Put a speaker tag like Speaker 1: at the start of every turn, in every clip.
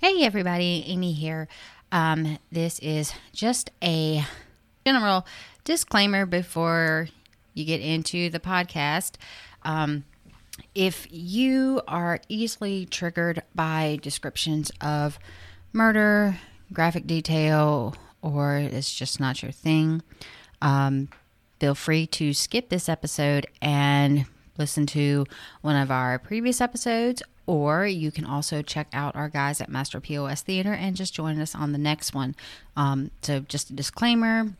Speaker 1: Hey, everybody, Amy here. Um, this is just a general disclaimer before you get into the podcast. Um, if you are easily triggered by descriptions of murder, graphic detail, or it's just not your thing, um, feel free to skip this episode and listen to one of our previous episodes. Or you can also check out our guys at Master POS Theater and just join us on the next one. Um, so, just a disclaimer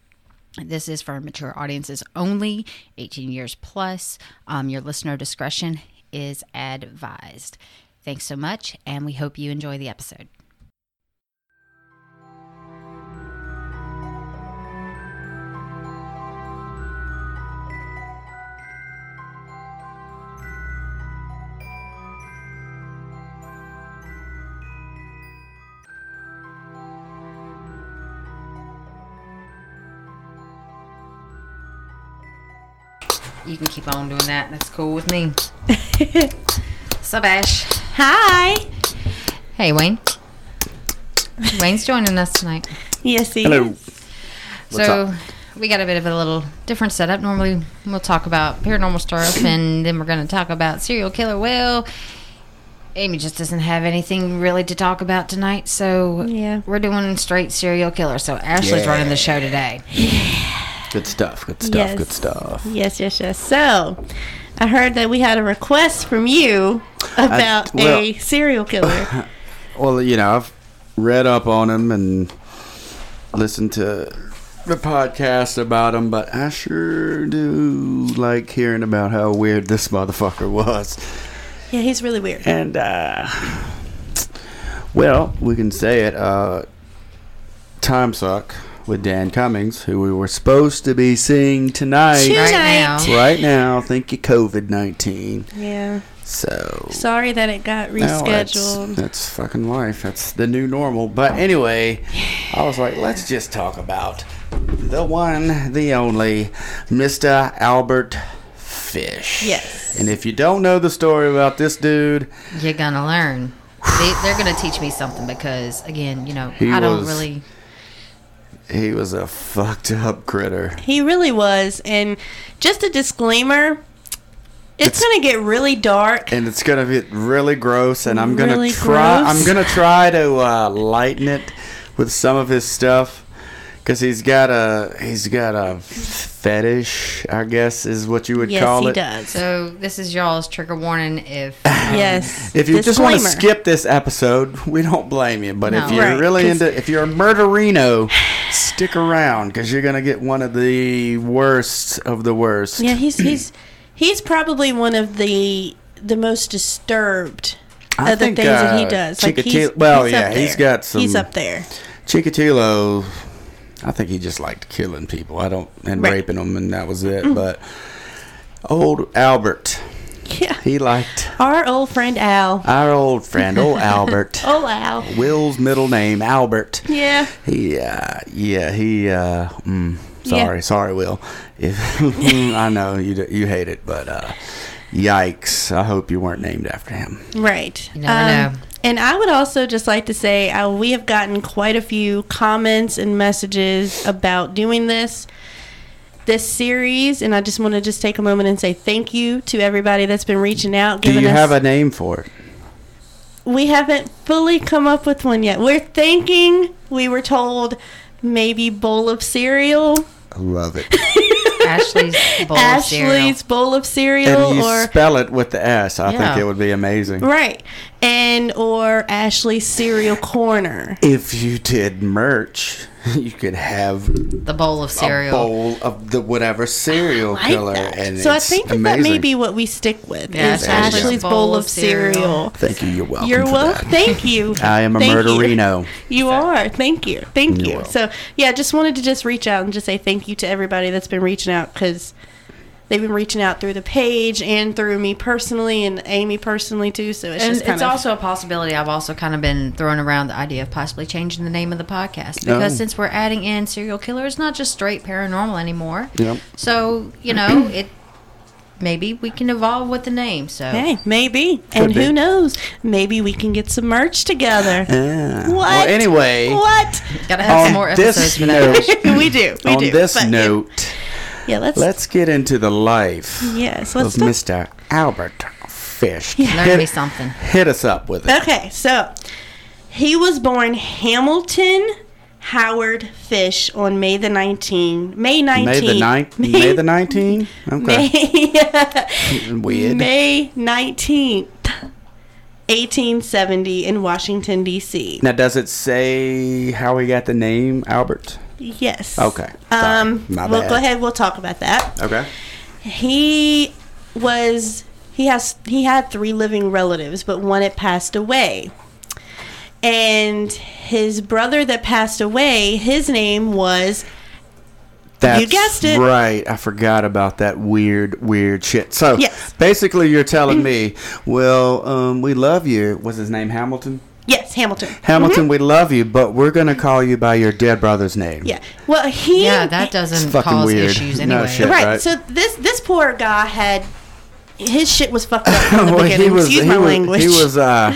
Speaker 1: this is for mature audiences only, 18 years plus. Um, your listener discretion is advised. Thanks so much, and we hope you enjoy the episode. You can keep on doing that. That's cool with me. Sup, Ash?
Speaker 2: Hi.
Speaker 1: Hey, Wayne. Wayne's joining us tonight.
Speaker 2: Yes, he
Speaker 3: Hello. What's
Speaker 1: so
Speaker 3: up?
Speaker 1: we got a bit of a little different setup. Normally we'll talk about paranormal stuff and then we're going to talk about serial killer Will. Amy just doesn't have anything really to talk about tonight, so
Speaker 2: Yeah.
Speaker 1: we're doing straight serial killer. So Ashley's
Speaker 3: Yeah.
Speaker 1: running the show today.
Speaker 3: Good stuff. Good stuff.
Speaker 2: Yes.
Speaker 3: Good stuff.
Speaker 2: Yes, yes, yes. So, I heard that we had a request from you about a
Speaker 3: Uh, well-
Speaker 2: serial killer.
Speaker 3: Well, you know, I've read up on him and listened to the podcast about him, but I sure do like hearing about how weird this motherfucker was.
Speaker 2: yeah, he's really weird.
Speaker 3: And, uh, well, we can say it. Uh, Time Suck with Dan Cummings, who we were supposed to be seeing tonight.
Speaker 2: Tonight.
Speaker 1: Right now.
Speaker 3: Right now, thank you, COVID 19.
Speaker 2: Yeah.
Speaker 3: So.
Speaker 2: Sorry that it got
Speaker 3: No, that's-
Speaker 2: rescheduled.
Speaker 3: that's, fucking life. That's the new normal. But anyway, I was like, let's just talk about the one, the only, Mr. Albert Fish.
Speaker 2: Yes.
Speaker 3: And if you don't know the story about this dude,
Speaker 1: You're going to learn. They, they're going to teach me something because, again, you know,
Speaker 3: He
Speaker 1: I don't
Speaker 3: was-
Speaker 1: really.
Speaker 3: he was a fucked up critter.
Speaker 2: he really was. And just a disclaimer it's,
Speaker 3: It's-
Speaker 2: going to get really dark.
Speaker 3: And it's gonna get really gross, and I'm gonna
Speaker 2: Really
Speaker 3: try.
Speaker 2: gross?
Speaker 3: I'm gonna try to uh, lighten it with some of his stuff, cause he's got a he's got a fetish, I guess is what you would
Speaker 2: yes,
Speaker 3: call
Speaker 2: he
Speaker 3: it.
Speaker 2: does.
Speaker 1: So this is y'all's trigger warning if.
Speaker 2: yes.
Speaker 3: If you just want to
Speaker 2: Disclaimer.
Speaker 3: skip this episode, we don't blame you. But if
Speaker 1: No.
Speaker 3: you're
Speaker 2: Right,
Speaker 3: really
Speaker 2: 'cause-
Speaker 3: into, if you're a murderino, stick around because you're gonna get one of the worst of the worst.
Speaker 2: Yeah, he's he's he's probably one of the the most disturbed
Speaker 3: I
Speaker 2: other
Speaker 3: think,
Speaker 2: things that he
Speaker 3: uh,
Speaker 2: does.
Speaker 3: Chikatilo- well, yeah, he's
Speaker 2: there.
Speaker 3: got some-
Speaker 2: He's up there.
Speaker 3: Chikatilo, I think he just liked killing people. I don't and
Speaker 2: Right. Mm.
Speaker 3: raping them, and that was it. But old Albert,
Speaker 2: Yeah.
Speaker 3: he liked
Speaker 2: Our old friend Al.
Speaker 3: our old friend, old Albert.
Speaker 2: Oh, Al.
Speaker 3: Will's middle name Albert.
Speaker 2: Yeah.
Speaker 3: He, uh, yeah, he, uh, mm,
Speaker 2: Yeah.
Speaker 3: sorry, sorry, Will. If, mm, I know you, d- you hate it, but, uh, yikes. I hope you weren't named after him.
Speaker 2: Right. Um,
Speaker 1: You never know.
Speaker 2: And I would also just like to say uh, we have gotten quite a few comments and messages about doing this this series and I just want to just take a moment and say thank you to everybody that's been reaching out
Speaker 3: Do
Speaker 2: giving
Speaker 3: you
Speaker 2: us
Speaker 3: have a name for it?
Speaker 2: we haven't fully come up with one yet. We're thinking we were told maybe bowl of cereal,
Speaker 3: I love it.
Speaker 1: Ashley's bowl of cereal.
Speaker 2: Ashley's bowl of cereal
Speaker 3: and you
Speaker 2: Oh, or
Speaker 3: spell it with the S. I
Speaker 1: Yeah.
Speaker 3: think it would be amazing.
Speaker 2: Right. And or Ashley's cereal corner.
Speaker 3: If you did merch, you could have
Speaker 1: The bowl of
Speaker 3: a
Speaker 1: cereal.
Speaker 3: bowl of the whatever cereal
Speaker 2: I
Speaker 3: killer.
Speaker 2: like that.
Speaker 3: And
Speaker 2: so I
Speaker 3: it's
Speaker 2: think that, that
Speaker 3: amazing.
Speaker 2: may be what we stick with
Speaker 1: Yeah,
Speaker 2: is
Speaker 3: it's
Speaker 2: Ashley's,
Speaker 3: Ashley's
Speaker 2: bowl of cereal.
Speaker 3: Thank you. You're welcome.
Speaker 2: You're
Speaker 3: for
Speaker 2: welcome.
Speaker 3: that.
Speaker 2: Thank you.
Speaker 3: I am a
Speaker 2: Thank you.
Speaker 3: murderino.
Speaker 2: You are. Thank you. Thank
Speaker 3: You're
Speaker 2: you.
Speaker 3: welcome.
Speaker 2: So yeah, just wanted to just reach out and just say thank you to everybody that's been reaching out because they've been reaching out through the page and through me personally and Amy personally too. So it's
Speaker 1: And
Speaker 2: just kind
Speaker 1: it's
Speaker 2: of
Speaker 1: also a possibility. I've also kind of been throwing around the idea of possibly changing the name of the podcast because
Speaker 3: Oh.
Speaker 1: since we're adding in serial killer, it's not just straight paranormal anymore.
Speaker 3: Yep.
Speaker 1: So you know it maybe we can evolve with the name. So
Speaker 2: Hey, maybe. and
Speaker 3: be.
Speaker 2: who knows? Maybe we can get some merch together.
Speaker 3: Yeah.
Speaker 2: What?
Speaker 3: Well, anyway,
Speaker 2: What?
Speaker 1: gotta have some more
Speaker 3: on this
Speaker 1: episodes for that.
Speaker 3: note,
Speaker 2: we do. We
Speaker 3: on
Speaker 2: do.
Speaker 3: this
Speaker 2: But, yeah.
Speaker 3: note,
Speaker 2: Yeah, let's.
Speaker 3: let's get into the life
Speaker 2: yes, let's.
Speaker 3: of
Speaker 2: talk-
Speaker 3: Mr. Albert Fish.
Speaker 1: Learn me something.
Speaker 3: Hit us up with it.
Speaker 2: Okay, so he was born Hamilton Howard Fish on May the 19th. May 19th.
Speaker 3: May the ninth. May the nineteenth. Okay.
Speaker 2: May,
Speaker 3: Weird.
Speaker 2: May 19th, 1870 in Washington, D.C.
Speaker 3: Now, does it say how he got the name Albert?
Speaker 2: Yes.
Speaker 3: Okay, sorry.
Speaker 2: Um,
Speaker 3: My
Speaker 2: we'll
Speaker 3: bad.
Speaker 2: go ahead. We'll talk about that.
Speaker 3: Okay.
Speaker 2: He was he has he had three living relatives, but one had passed away. And his brother that passed away, his name was
Speaker 3: That's
Speaker 2: guessed it.
Speaker 3: Right. I forgot about that weird, weird shit. So
Speaker 2: Yes.
Speaker 3: basically, you're telling me, well, um, we love you. Was his name Hamilton?
Speaker 2: yes Hamilton.
Speaker 3: Hamilton, we love you, but we're going to call you by your dead brother's name.
Speaker 2: Yeah. Well, he
Speaker 1: Yeah, that doesn't
Speaker 3: It's fucking
Speaker 1: cause
Speaker 3: weird.
Speaker 1: issues
Speaker 3: No
Speaker 1: anyway.
Speaker 3: shit.
Speaker 2: right.
Speaker 3: right.
Speaker 2: So this this poor guy had his shit was fucked up from the
Speaker 3: Well,
Speaker 2: beginning. Excuse
Speaker 3: he
Speaker 2: my
Speaker 3: was,
Speaker 2: language.
Speaker 3: He was, uh,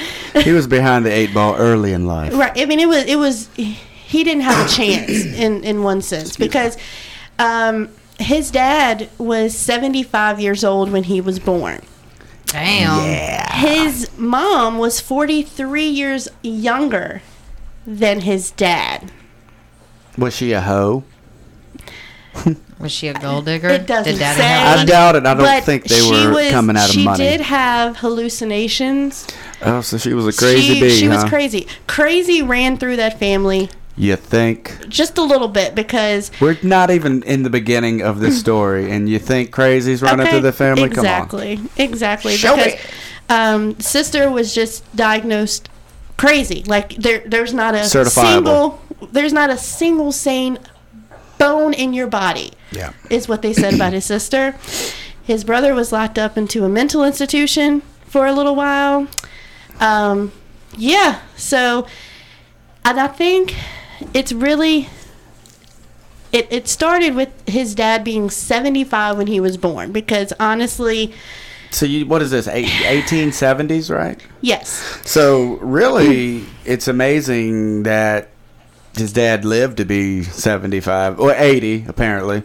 Speaker 3: he was behind the eight ball early in life.
Speaker 2: Right. I mean, it was it was he didn't have a chance in in one sense because um, his dad was seventy five years old when he was born.
Speaker 1: Damn.
Speaker 2: His mom was forty three years younger than his dad.
Speaker 3: Was she a hoe?
Speaker 1: Was she a gold digger?
Speaker 2: It doesn't
Speaker 1: Did Daddy
Speaker 2: say.
Speaker 1: have
Speaker 3: I
Speaker 1: money?
Speaker 3: doubt it. I don't
Speaker 2: But
Speaker 3: think they
Speaker 2: she
Speaker 3: were
Speaker 2: was-
Speaker 3: coming out of
Speaker 2: she
Speaker 3: money.
Speaker 2: did have hallucinations.
Speaker 3: oh, so she was a crazy
Speaker 2: she,
Speaker 3: bee,
Speaker 2: She was
Speaker 3: huh?
Speaker 2: crazy. Crazy ran through that family
Speaker 3: You think?
Speaker 2: just a little bit because
Speaker 3: We're not even in the beginning of this story, and you think crazy's running
Speaker 2: Mm. Okay,
Speaker 3: through the family?
Speaker 2: Exactly. Exactly.
Speaker 3: Show
Speaker 2: because
Speaker 3: it.
Speaker 2: um, sister was just diagnosed crazy. Like there there's not a
Speaker 3: Certifiable.
Speaker 2: single there's not a single sane bone in your body.
Speaker 3: Yeah.
Speaker 2: Is what they said about his sister. His brother was locked up into a mental institution for a little while. Um, yeah. So and I think it's really it, it started with his dad being 75 when he was born because honestly
Speaker 3: on. So you, what is this? Eighteen seventies, right?
Speaker 2: yes
Speaker 3: So
Speaker 2: Hmm.
Speaker 3: really, it's amazing that his dad lived to be seventy-five or eighty, apparently,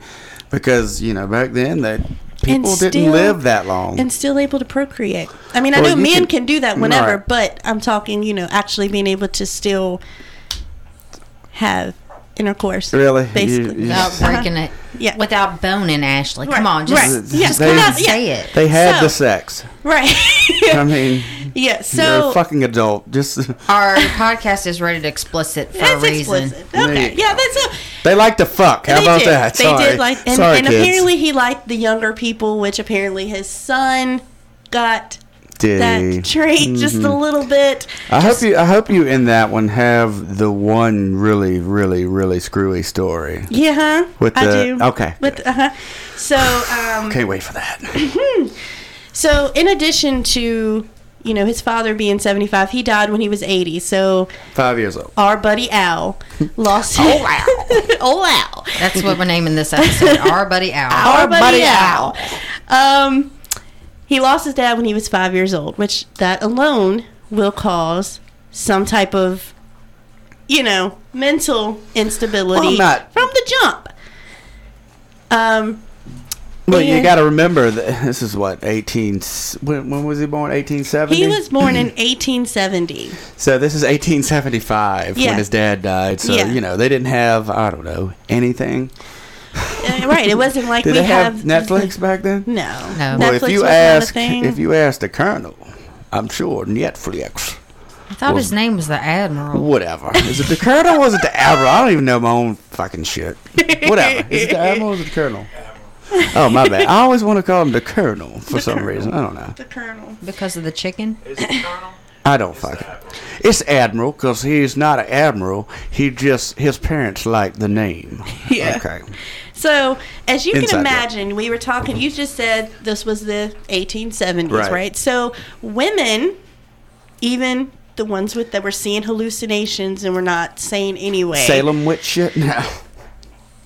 Speaker 3: because you know back then that people
Speaker 2: still-
Speaker 3: didn't live that long.
Speaker 2: and still able to procreate i mean i
Speaker 3: Well,
Speaker 2: know
Speaker 3: you
Speaker 2: men can,
Speaker 3: can-
Speaker 2: do that whenever
Speaker 3: Right.
Speaker 2: but i'm talking you know actually being able to still have intercourse
Speaker 3: Really? You-
Speaker 2: basically
Speaker 3: you-
Speaker 1: Without breaking it.
Speaker 2: Uh-huh. Yeah.
Speaker 1: Without boning, Ashley. Come
Speaker 2: Right,
Speaker 1: on, just
Speaker 2: right. Yes,
Speaker 3: They-
Speaker 2: come out, yeah.
Speaker 1: say it.
Speaker 3: they had
Speaker 2: So-
Speaker 3: the sex. I
Speaker 2: right
Speaker 3: mean,
Speaker 2: yeah
Speaker 3: you're a
Speaker 2: so
Speaker 3: fucking adult. Just
Speaker 1: Our podcast is rated explicit for a
Speaker 2: that's
Speaker 1: reason.
Speaker 2: explicit
Speaker 3: There
Speaker 2: okay
Speaker 3: you
Speaker 2: yeah that's it
Speaker 3: they like to fuck. How
Speaker 2: they
Speaker 3: about
Speaker 2: did.
Speaker 3: that?
Speaker 2: They
Speaker 3: Sorry.
Speaker 2: did like, and,
Speaker 3: Sorry,
Speaker 2: and
Speaker 3: kids.
Speaker 2: apparently he liked the younger people, which apparently his son got
Speaker 3: Did he?
Speaker 2: that trait just
Speaker 3: Mm-hmm.
Speaker 2: a little bit.
Speaker 3: I hope you. I hope you in that one have the one really, really, really screwy story.
Speaker 2: Yeah, huh?
Speaker 3: With
Speaker 2: I
Speaker 3: the-
Speaker 2: do.
Speaker 3: okay,
Speaker 2: With uh huh. So, um,
Speaker 3: Can't wait for that.
Speaker 2: so in addition to you know his father being seventy five, he died when he was eighty. So
Speaker 3: Five years old.
Speaker 2: our buddy Al lost.
Speaker 1: Oh, Al.
Speaker 2: oh Al.
Speaker 1: That's what we're naming this episode. Our buddy Al.
Speaker 2: our buddy Al. Um, he lost his dad when he was five years old, which that alone will cause some type of, you know, mental instability
Speaker 3: Well, not-
Speaker 2: from the jump. Um,
Speaker 3: Well, you
Speaker 2: Yeah.
Speaker 3: got to remember that this is what eighteen. s- When, when was he born? Eighteen seventy.
Speaker 2: he was born in 1870.
Speaker 3: So this is eighteen seventy five
Speaker 2: Yeah.
Speaker 3: when his dad died. So
Speaker 2: Yeah.
Speaker 3: you know they didn't have I don't know anything.
Speaker 2: Uh, right, it wasn't like
Speaker 3: Did
Speaker 2: we
Speaker 3: they have,
Speaker 2: have,
Speaker 3: Netflix back then?
Speaker 2: No,
Speaker 1: No. Well,
Speaker 2: Netflix
Speaker 3: Well, if you
Speaker 2: was
Speaker 3: ask,
Speaker 2: not a thing.
Speaker 3: if you ask the colonel, I'm sure Netflix.
Speaker 1: I thought his name was the Admiral.
Speaker 3: Whatever. Is it the colonel or was it the admiral? I don't even know my own fucking shit. Whatever. Is it the admiral or is it the colonel? Oh my bad. I always want to call him the colonel for some reason. I don't know.
Speaker 2: the colonel.
Speaker 1: Because of the chicken?
Speaker 4: Is it Colonel?
Speaker 3: I don't fucking. It's admiral because he's not an admiral. He just his parents like the name.
Speaker 2: Yeah.
Speaker 3: Okay.
Speaker 2: So, as you
Speaker 3: Inside
Speaker 2: can
Speaker 3: joke.
Speaker 2: imagine, we were talking. You just said this was the 1870s,
Speaker 3: Right.
Speaker 2: right? So, women, even the ones with that were seeing hallucinations and were not sane anyway,
Speaker 3: Salem witch shit. No.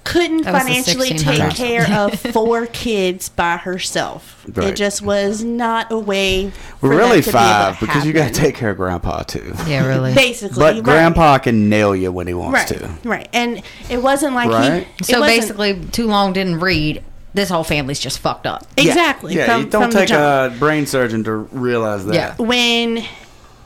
Speaker 2: couldn't
Speaker 1: That was the
Speaker 2: financially
Speaker 1: 1600s.
Speaker 2: take care of four kids by herself.
Speaker 3: Right.
Speaker 2: It just was not a way. for that
Speaker 3: really
Speaker 2: to be able to
Speaker 3: five because you got
Speaker 2: happen.
Speaker 3: to take care of grandpa too.
Speaker 1: Yeah, really.
Speaker 2: basically.
Speaker 3: But
Speaker 2: right.
Speaker 3: grandpa can nail you when he
Speaker 2: right,
Speaker 3: wants to.
Speaker 2: right, and it wasn't like
Speaker 3: Right.
Speaker 2: he. it
Speaker 1: so
Speaker 2: wasn't-
Speaker 1: basically, too long didn't read. This whole family's just fucked up.
Speaker 3: Yeah.
Speaker 2: exactly.
Speaker 3: Yeah,
Speaker 2: from-
Speaker 3: you don't
Speaker 2: from the
Speaker 3: take
Speaker 2: jump.
Speaker 3: a brain surgeon to realize that.
Speaker 1: Yeah.
Speaker 2: when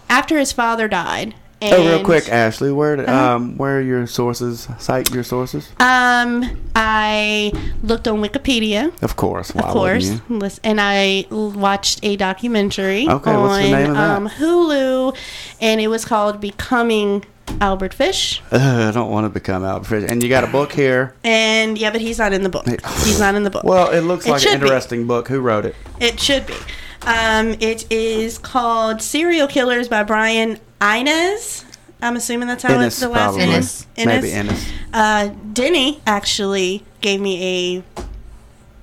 Speaker 2: after his father died. And, Uh-huh.
Speaker 3: Oh, real quick, Ashley, where did- um where are your sources? Cite your sources.
Speaker 2: Um, I looked on Wikipedia,
Speaker 3: Of course. Why
Speaker 2: of
Speaker 3: wouldn't
Speaker 2: course,
Speaker 3: you?
Speaker 2: lis- and I l- watched a documentary
Speaker 3: Okay,
Speaker 2: on
Speaker 3: what's the name of that?
Speaker 2: um, Hulu, and it was called "Becoming Albert Fish."
Speaker 3: Ugh, I don't want to become Albert Fish. And you got a book here.
Speaker 2: And yeah, but he's not in the book. He's not in the book.
Speaker 3: Well, it looks like an
Speaker 2: should be.
Speaker 3: interesting book. Who wrote it?
Speaker 2: It should be. Um, it is called Serial Killers by Brian Inez. I'm assuming that's how
Speaker 3: Ennis,
Speaker 2: it's the last
Speaker 3: probably.
Speaker 2: name.
Speaker 1: Ennis.
Speaker 3: Maybe Ennis.
Speaker 2: Uh, Denny actually gave me a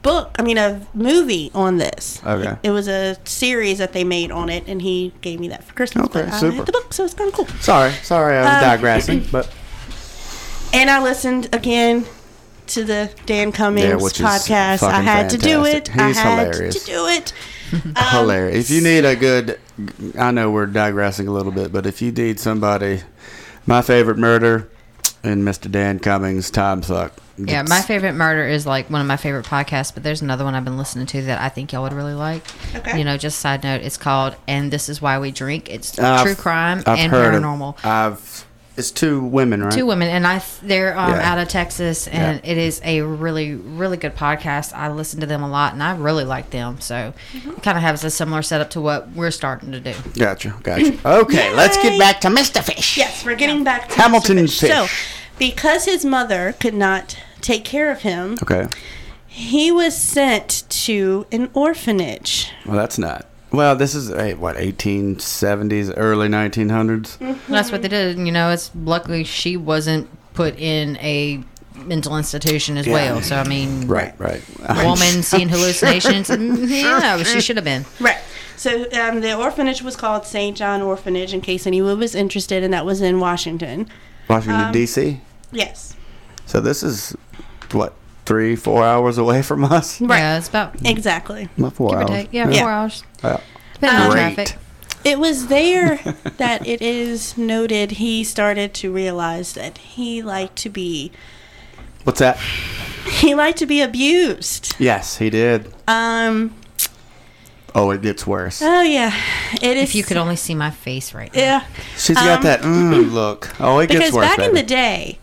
Speaker 2: book, I mean, a movie on this.
Speaker 3: Okay.
Speaker 2: It was a series that they made on it, and he gave me that for Christmas.
Speaker 3: Okay,
Speaker 2: but I
Speaker 3: super.
Speaker 2: had the book, so it's kind of cool.
Speaker 3: Sorry, sorry, I was
Speaker 2: Um,
Speaker 3: digressing, but
Speaker 2: And I listened again to the Dan Cummings
Speaker 3: Yeah, which is
Speaker 2: podcast. I
Speaker 3: fucking
Speaker 2: had to do it.
Speaker 3: fantastic.
Speaker 2: I
Speaker 3: He's
Speaker 2: had
Speaker 3: hilarious.
Speaker 2: to do it. Um,
Speaker 3: hilarious. If you need a good, I know we're digressing a little bit, but if you need somebody, my favorite murder, and Mr. Dan Cummings, Time Suck.
Speaker 1: Yeah, my favorite murder is like one of my favorite podcasts, but there's another one I've been listening to that I think y'all would really like.
Speaker 2: Okay.
Speaker 1: You know, just side note, it's called "And This Is Why We Drink." It's
Speaker 3: I've-
Speaker 1: true crime
Speaker 3: I've
Speaker 1: and
Speaker 3: heard of-
Speaker 1: paranormal.
Speaker 3: I've it's two women, right?
Speaker 1: Two women, and I th- they're um,
Speaker 3: Yeah.
Speaker 1: out of Texas, and
Speaker 3: Yeah.
Speaker 1: it is a really really good podcast. I listen to them a lot, and I really like them. So
Speaker 2: Mm-hmm.
Speaker 1: it kind of has a similar setup to what we're starting to do.
Speaker 3: Gotcha, gotcha. Okay, let's get back to Mr. Fish.
Speaker 2: Yes, we're getting back to
Speaker 3: Hamilton
Speaker 2: Mr. Fish. So,
Speaker 3: Fish.
Speaker 2: because his mother could not take care of him,
Speaker 3: Okay,
Speaker 2: he was sent to an orphanage.
Speaker 3: well that's not. Well, this is eh, what 1870s, early 1900s.
Speaker 2: Mm-hmm.
Speaker 1: That's what they did. You know, it's luckily she wasn't put in a mental institution as well. So I mean,
Speaker 3: Right, right. Uh,
Speaker 1: woman seeing hallucinations. you know, she should have been.
Speaker 2: Right. So um, the orphanage was called St. John Orphanage, in case anyone was interested, and that was in Washington.
Speaker 3: Washington
Speaker 2: Um,
Speaker 3: D.C.
Speaker 2: Yes.
Speaker 3: So this is what three, four hours away from us.
Speaker 2: Right.
Speaker 1: Yeah, it's about give
Speaker 2: Exactly.
Speaker 3: Well, Four
Speaker 1: or
Speaker 3: hours.
Speaker 1: take. Yeah,
Speaker 2: Yeah.
Speaker 1: four hours.
Speaker 3: Yeah.
Speaker 1: Depending on
Speaker 3: Great.
Speaker 1: traffic.
Speaker 2: It was there that it is noted he started to realize that he liked to be
Speaker 3: What's that?
Speaker 2: he liked to be abused.
Speaker 3: Yes, he did.
Speaker 2: Um.
Speaker 3: Oh, it gets worse.
Speaker 2: Oh yeah. It is.
Speaker 1: If you could only see my face right now.
Speaker 2: Yeah.
Speaker 3: She's got
Speaker 2: Um,
Speaker 3: that mm, look. Oh, it
Speaker 2: Because
Speaker 3: gets worse.
Speaker 2: back in
Speaker 3: baby.
Speaker 2: the day,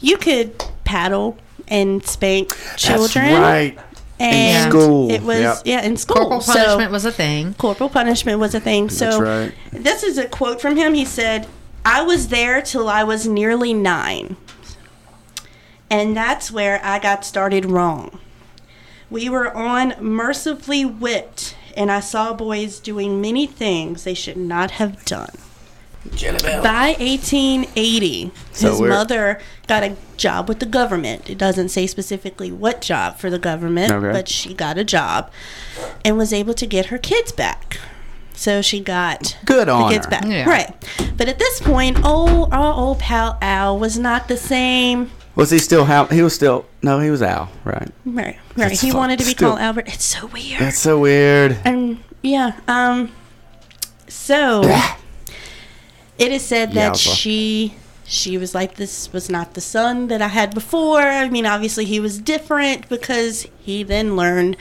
Speaker 2: you could paddle and spank children.
Speaker 3: That's right.
Speaker 2: And
Speaker 3: school.
Speaker 2: It was
Speaker 3: Yep.
Speaker 2: yeah in school.
Speaker 1: Corporal punishment
Speaker 2: Oh, so,
Speaker 1: was a thing.
Speaker 2: corporal punishment was a thing. So
Speaker 3: That's right.
Speaker 2: this is a quote from him. He said, "I was there till I was nearly nine, and that's where I got started wrong. We were on mercifully whipped." And I saw boys doing many things they should not have done. By 1880,
Speaker 3: So
Speaker 2: his
Speaker 3: we're-
Speaker 2: mother got a job with the government. It doesn't say specifically what job for the government,
Speaker 3: Okay.
Speaker 2: but she got a job and was able to get her kids back. So she got
Speaker 3: Good
Speaker 2: the
Speaker 3: on
Speaker 2: kids
Speaker 3: her.
Speaker 2: back.
Speaker 1: Yeah.
Speaker 2: Right. But at this point, old, our old pal Al was not the same.
Speaker 3: Was he still how? He was still no. He was Al, right?
Speaker 2: Right. Right.
Speaker 3: That's
Speaker 2: he
Speaker 3: fucked.
Speaker 2: wanted to be
Speaker 3: Still-
Speaker 2: called Albert. It's so weird.
Speaker 3: That's so weird.
Speaker 2: And yeah, um, so it is said that
Speaker 3: Yowza.
Speaker 2: she she was like, this was not the son that I had before. I mean, obviously he was different because he then learned.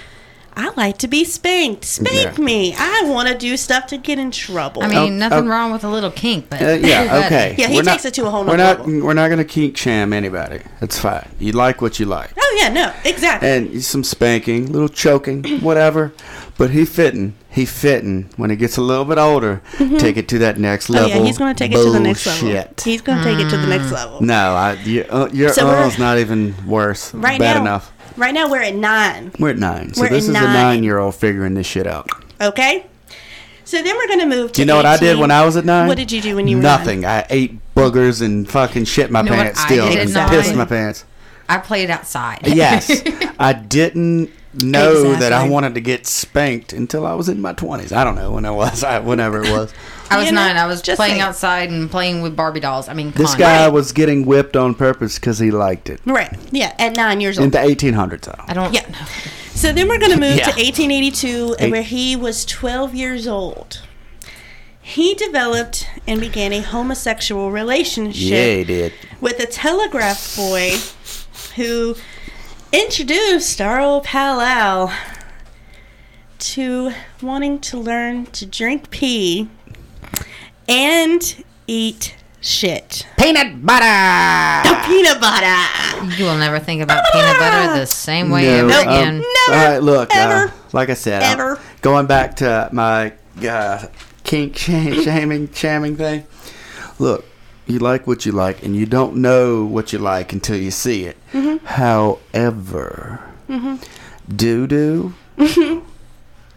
Speaker 2: I like to be spanked. Spank
Speaker 3: Yeah.
Speaker 2: me. I want to do stuff to get in trouble.
Speaker 1: I mean,
Speaker 3: Oh,
Speaker 1: nothing
Speaker 3: oh.
Speaker 1: wrong with a little kink, but
Speaker 3: Uh, yeah.
Speaker 1: but
Speaker 3: Okay.
Speaker 2: Yeah, he
Speaker 3: We're
Speaker 2: takes
Speaker 3: not-
Speaker 2: it to a whole
Speaker 3: We're
Speaker 2: nother
Speaker 3: not.
Speaker 2: level.
Speaker 3: We're not going to kink sham anybody. It's fine. You like what you like,
Speaker 2: oh yeah, no, exactly.
Speaker 3: and some spanking, little choking, whatever. But he fitting. He fitting. When he gets a little bit older, take it to that next
Speaker 2: Mm-hmm. oh
Speaker 3: level.
Speaker 2: yeah, he's going to take it to the next level.
Speaker 3: Bullshit.
Speaker 2: He's going to take it to the next
Speaker 1: Mm.
Speaker 2: level.
Speaker 3: No, I, you, uh, your
Speaker 2: So we're-
Speaker 3: uncle's not even worse.
Speaker 2: Right
Speaker 3: Bad
Speaker 2: now,
Speaker 3: enough.
Speaker 2: right now we're at nine.
Speaker 3: We're at nine. So
Speaker 2: We're at
Speaker 3: this is a
Speaker 2: nine.
Speaker 3: nine-year-old figuring this shit out.
Speaker 2: Okay. So then we're going to move to.
Speaker 3: Do you know what I did
Speaker 2: 18.
Speaker 3: when I was at nine?
Speaker 2: What did you do when you were nine?
Speaker 3: Nothing. I ate boogers and fucking shit my
Speaker 1: You know what
Speaker 3: pants
Speaker 1: I
Speaker 3: still
Speaker 1: did at
Speaker 3: and
Speaker 1: nine?
Speaker 3: pissed my pants.
Speaker 1: I played outside.
Speaker 3: Yes, I didn't know that I
Speaker 2: Exactly.
Speaker 3: wanted to get spanked until I was in my twenties. I don't know when I was, I, whenever it was.
Speaker 1: I was
Speaker 2: You know,
Speaker 1: nine. I was
Speaker 2: just
Speaker 1: playing
Speaker 2: saying.
Speaker 1: outside and playing with Barbie dolls. I mean, come
Speaker 3: This
Speaker 1: on.
Speaker 3: guy was getting whipped on purpose because he liked it
Speaker 2: Right. Yeah, at nine years
Speaker 3: in
Speaker 2: old.
Speaker 3: the 1800s. Though.
Speaker 1: I don't.
Speaker 2: Yeah. So then we're going to move
Speaker 3: Yeah.
Speaker 2: to 1882,
Speaker 3: Eight-
Speaker 2: where he was 12 years old. He developed and began a homosexual
Speaker 3: Yeah, he
Speaker 2: relationship
Speaker 3: did.
Speaker 2: with a telegraph boy who introduced our old pal Al to wanting to learn to drink pee and eat shit.
Speaker 1: Peanut butter.
Speaker 2: Peanut butter.
Speaker 1: You will never think about peanut butter the same way ever
Speaker 3: um,
Speaker 1: again.
Speaker 2: Never,
Speaker 3: all right, look. uh,
Speaker 2: ever,
Speaker 3: like I said, I'm
Speaker 2: ever.
Speaker 3: going back to my uh, kink sham- shaming, shaming thing. Look, you like what you like, and you don't know what you like until you see it.
Speaker 2: Mm-hmm.
Speaker 3: However, doo doo.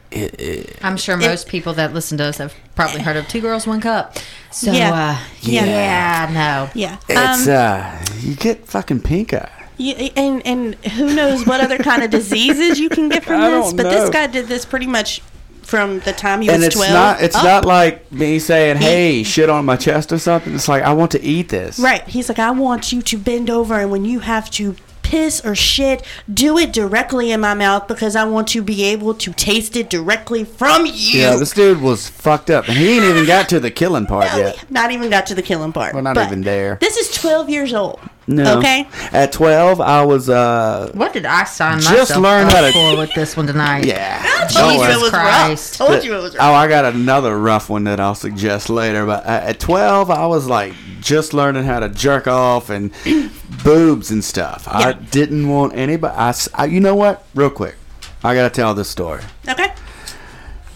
Speaker 3: It, it,
Speaker 1: I'm sure most people that listen to us have probably heard of Two Girls, One Cup. So,
Speaker 2: Yeah.
Speaker 1: uh,
Speaker 2: Yeah.
Speaker 1: yeah. no.
Speaker 2: Yeah. Um,
Speaker 3: it's uh, you get fucking pink eye.
Speaker 2: You, and and who knows what other kind of diseases you can get from
Speaker 3: I
Speaker 2: this?
Speaker 3: don't
Speaker 2: But this
Speaker 3: know.
Speaker 2: guy did this pretty much from the time he
Speaker 3: and
Speaker 2: was
Speaker 3: it's
Speaker 2: twelve. Oh,
Speaker 3: not it's
Speaker 2: up.
Speaker 3: not like me saying hey shit on my chest or something it's like i want to eat this
Speaker 2: right. He's like, I want you to bend over, and when you have to piss or shit, do it directly in my mouth because I want to be able to taste it directly from you.
Speaker 3: yeah this dude was fucked up and he ain't even got to the killing part
Speaker 2: No, we
Speaker 3: yet
Speaker 2: have not even got to the killing part.
Speaker 3: We're not
Speaker 2: But
Speaker 3: even there.
Speaker 2: This is twelve years old.
Speaker 3: no
Speaker 2: Okay.
Speaker 3: at 12 i was uh
Speaker 1: What did I sign
Speaker 3: Just
Speaker 1: myself
Speaker 3: learn
Speaker 1: up
Speaker 3: how to-
Speaker 1: for with this one tonight?
Speaker 3: yeah
Speaker 2: Told
Speaker 3: don't
Speaker 2: you
Speaker 3: worry.
Speaker 2: it was
Speaker 1: Christ.
Speaker 2: rough. Told you it was rough.
Speaker 3: Oh, I got another rough one that I'll suggest later. But uh, at 12, I was like just learning how to jerk off and boobs and stuff. I
Speaker 2: Yeah.
Speaker 3: didn't want anybody. I s I you know what? Real quick, I got to tell this story.
Speaker 2: Okay.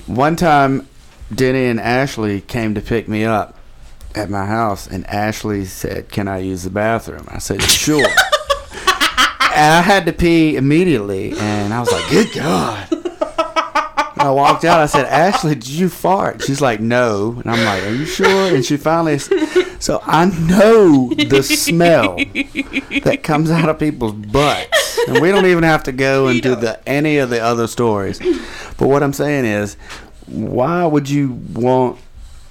Speaker 3: One time, Denny and Ashley came to pick me up at my house, and Ashley said, "Can I use the bathroom?" I said, "Sure." And I had to pee immediately, and I was like, "Good God!" And I walked out. I said, "Ashley, did you fart?" She's like, "No," and I'm like, "Are you sure?" And she finally, s- so I know the smell that comes out of people's butts. And we don't even have to go and do the any of the other stories. But what I'm saying is, why would you want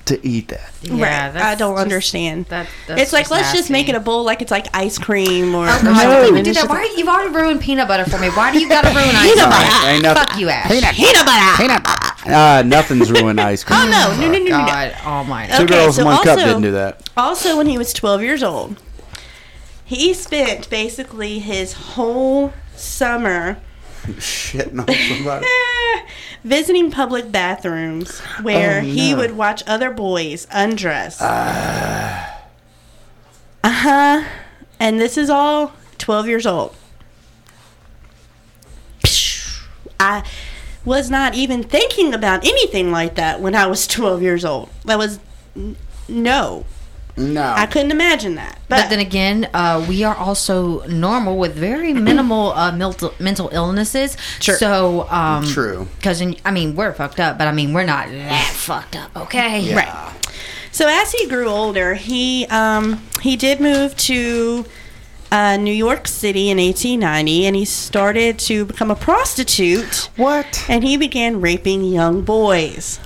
Speaker 3: to eat that?
Speaker 1: Yeah,
Speaker 2: right.
Speaker 1: that's
Speaker 2: I don't
Speaker 1: just-
Speaker 2: understand.
Speaker 1: that- that's
Speaker 2: it's like let's just make it
Speaker 1: nasty. Oh,
Speaker 2: a bowl, like it's like ice cream or, or
Speaker 1: God,
Speaker 2: something.
Speaker 1: don't
Speaker 2: And
Speaker 1: do
Speaker 2: it's
Speaker 1: that.
Speaker 2: just-
Speaker 1: Why you've already ruined peanut butter for me? Why do you gotta ruin ice
Speaker 2: Peanut
Speaker 1: cream?
Speaker 2: butter.
Speaker 3: Ain't nothing.
Speaker 1: Fuck you, Ash.
Speaker 2: Peanut butter.
Speaker 3: Peanut butter. Ah, nothing's ruined ice cream.
Speaker 2: Oh no, no, no, no, no, no.
Speaker 1: God Almighty.
Speaker 3: Two
Speaker 2: Okay,
Speaker 3: girls,
Speaker 2: so
Speaker 3: one cup
Speaker 2: also-
Speaker 3: didn't do that.
Speaker 2: Also, when he was 12 years old, he spent basically his whole summer
Speaker 3: Shit, no, somebody.
Speaker 2: visiting public bathrooms where
Speaker 3: Oh,
Speaker 2: he
Speaker 3: no.
Speaker 2: would watch other boys undress. Uh huh. Uh-huh. And this is all 12 years old. I was not even thinking about anything like that when I was 12 years old. That was n- no.
Speaker 3: No.
Speaker 2: I couldn't imagine that. But,
Speaker 1: But then again, uh, we are also normal with very minimal uh, mental mental illnesses.
Speaker 2: Sure.
Speaker 1: So um,
Speaker 3: True.
Speaker 1: Because I mean, we're fucked up, but I mean, we're not that fucked up. Okay.
Speaker 3: Yeah.
Speaker 2: Right. So as he grew older, he um, he did move to uh, New York City in 1890, and he started to become a prostitute,
Speaker 3: What?
Speaker 2: and he began raping young boys.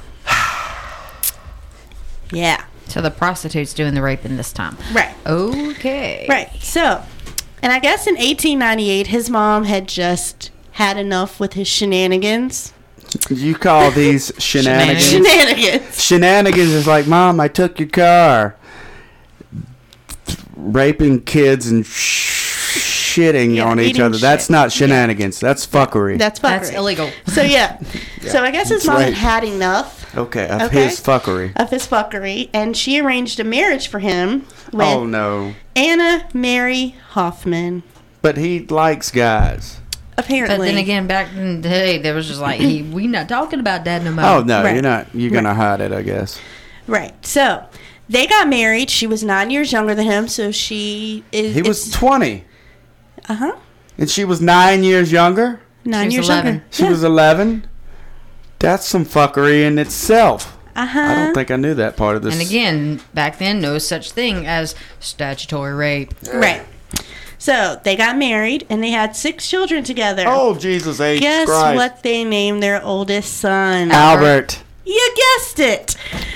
Speaker 2: Yeah.
Speaker 1: So the prostitute's doing the raping this time.
Speaker 2: Right.
Speaker 1: Okay.
Speaker 2: Right. So, and I guess in 1898, his mom had just had enough with his shenanigans.
Speaker 3: You call these shenanigans?
Speaker 1: Shenanigans.
Speaker 2: Shenanigans.
Speaker 3: shenanigans is like, Mom, I took your car. Raping kids and sh- shitting
Speaker 2: Yeah,
Speaker 3: on each
Speaker 2: eating
Speaker 3: other. That's
Speaker 2: shit.
Speaker 3: not shenanigans. That's fuckery.
Speaker 2: That's fuckery.
Speaker 1: That's illegal.
Speaker 2: So yeah. So I guess his
Speaker 3: It's
Speaker 2: mom
Speaker 3: rape.
Speaker 2: had had enough.
Speaker 3: okay, of
Speaker 2: Okay. Uh,
Speaker 3: his fuckery.
Speaker 2: of his fuckery, and she arranged a marriage for him with
Speaker 3: Oh, no.
Speaker 2: Anna Mary Hoffman.
Speaker 3: But he likes guys.
Speaker 2: Apparently,
Speaker 1: But then again, back in the day, there was just like, he, we not talking about that no more.
Speaker 3: Oh, no,
Speaker 2: Right.
Speaker 3: you're not. You're
Speaker 2: Right.
Speaker 3: going to hide it, I guess.
Speaker 2: right? So they got married. She was nine years younger than him, so she is.
Speaker 3: He was 20,
Speaker 2: uh huh
Speaker 3: and she was nine years younger.
Speaker 2: nine
Speaker 1: was
Speaker 2: years
Speaker 1: 11.
Speaker 2: younger.
Speaker 3: She was 11. That's some fuckery in itself.
Speaker 2: Uh huh.
Speaker 3: I don't think I knew that part of this.
Speaker 1: And again, back then, no such thing as statutory rape.
Speaker 2: Right. So they got married and they had six children together.
Speaker 3: Oh, Jesus H.
Speaker 2: Guess
Speaker 3: Christ.
Speaker 2: what they named their oldest son?
Speaker 3: Albert,
Speaker 2: You guessed it.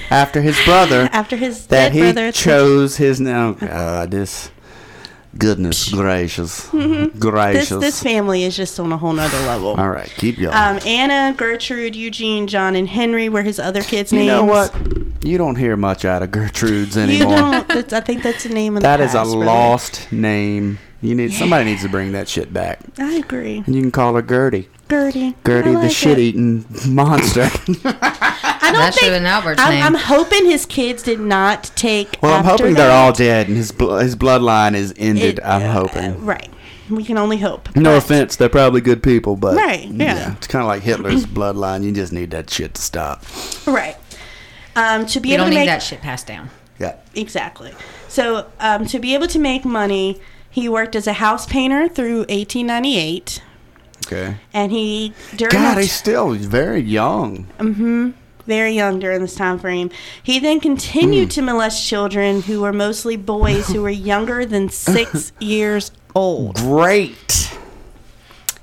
Speaker 3: after his brother,
Speaker 2: After his
Speaker 3: Uh, that
Speaker 2: dead
Speaker 3: he
Speaker 2: brother
Speaker 3: chose his now. God, this. Goodness gracious.
Speaker 2: This
Speaker 3: Gracious.
Speaker 2: this family is just on a whole nother level.
Speaker 3: All right, keep going.
Speaker 2: Um, Anna, Gertrude, Eugene, John, and Henry were his other kids'
Speaker 3: you
Speaker 2: names.
Speaker 3: know what? You don't hear much out of Gertrude's
Speaker 2: You
Speaker 3: anymore.
Speaker 2: don't. That's, I think that's a name of
Speaker 3: That
Speaker 2: the
Speaker 3: is a
Speaker 2: past, brother.
Speaker 3: lost name. You need somebody needs to bring that shit back.
Speaker 2: I agree.
Speaker 3: And you can call her Gertie.
Speaker 2: Gertie.
Speaker 3: Gertie
Speaker 2: I
Speaker 3: the
Speaker 2: like
Speaker 3: shit
Speaker 2: it.
Speaker 3: eating monster.
Speaker 2: I don't
Speaker 1: That should
Speaker 2: think.
Speaker 1: have been Albert's
Speaker 2: I'm,
Speaker 1: name.
Speaker 2: I'm hoping his kids did not take.
Speaker 3: well, I'm
Speaker 2: after
Speaker 3: hoping they're
Speaker 2: that.
Speaker 3: all dead and his bl- his bloodline is ended.
Speaker 2: It-
Speaker 3: I'm
Speaker 2: uh,
Speaker 3: hoping.
Speaker 2: Right. We can only hope.
Speaker 3: No offense, they're probably good people, but
Speaker 2: Right, yeah.
Speaker 3: it's kind of like Hitler's bloodline. You just need that shit to stop.
Speaker 2: Right. Um, to be
Speaker 1: You
Speaker 2: able
Speaker 1: don't
Speaker 2: to
Speaker 1: need
Speaker 2: make
Speaker 1: that shit passed down.
Speaker 3: Yeah,
Speaker 2: exactly. So um, to be able to make money, he worked as a house painter through 1898,
Speaker 3: okay.
Speaker 2: and he during
Speaker 3: God,
Speaker 2: that-
Speaker 3: he's still very young.
Speaker 2: very young during this time frame. He then
Speaker 3: Mm.
Speaker 2: continued to molest children who were mostly boys who were younger than six years old.
Speaker 3: Great.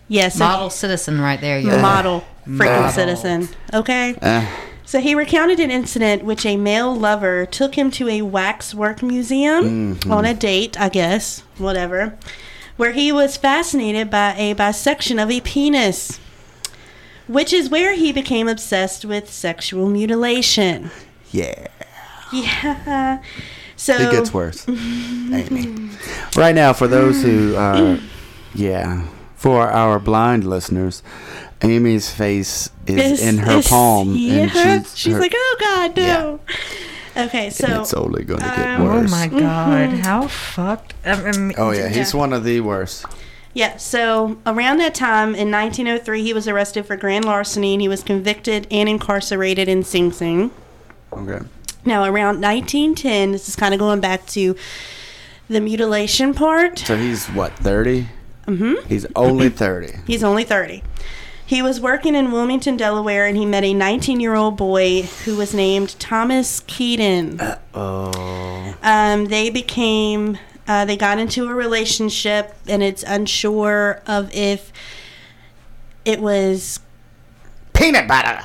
Speaker 2: Yes,
Speaker 1: Model citizen right there,
Speaker 2: a
Speaker 1: y'all.
Speaker 2: model freaking
Speaker 1: Model.
Speaker 2: citizen. Okay.
Speaker 3: Uh,
Speaker 2: So he recounted an incident which a male lover took him to a waxwork museum
Speaker 3: Mm-hmm.
Speaker 2: on a date, I guess, whatever, where he was fascinated by a bisection of a penis, which is where he became obsessed with sexual mutilation.
Speaker 3: yeah.
Speaker 2: Yeah. So
Speaker 3: It gets worse. Amy. Right now, for those who are, yeah, for our blind listeners, Amy's face is
Speaker 2: This
Speaker 3: in her
Speaker 2: is-
Speaker 3: palm.
Speaker 2: Yeah,
Speaker 3: and she's, her-
Speaker 2: like, oh god, no. Okay,
Speaker 3: and
Speaker 2: so
Speaker 3: it's only going to get
Speaker 2: um,
Speaker 1: Oh
Speaker 3: worse.
Speaker 1: my god, how fucked? I mean,
Speaker 3: Oh, yeah, he's one of the worst.
Speaker 2: yeah, so around that time in 1903, he was arrested for grand larceny and he was convicted and incarcerated in Sing Sing.
Speaker 3: Okay.
Speaker 2: Now around 1910, this is kind of going back to the mutilation part.
Speaker 3: So he's what, 30? Mm-hmm. He's only 30.
Speaker 2: He's only 30. He was working in Wilmington, Delaware, and he met a 19 year old boy who was named Thomas Keaton.
Speaker 3: Oh.
Speaker 2: um, they became uh, they got into a relationship and it's unsure of if it was
Speaker 3: Peanut butter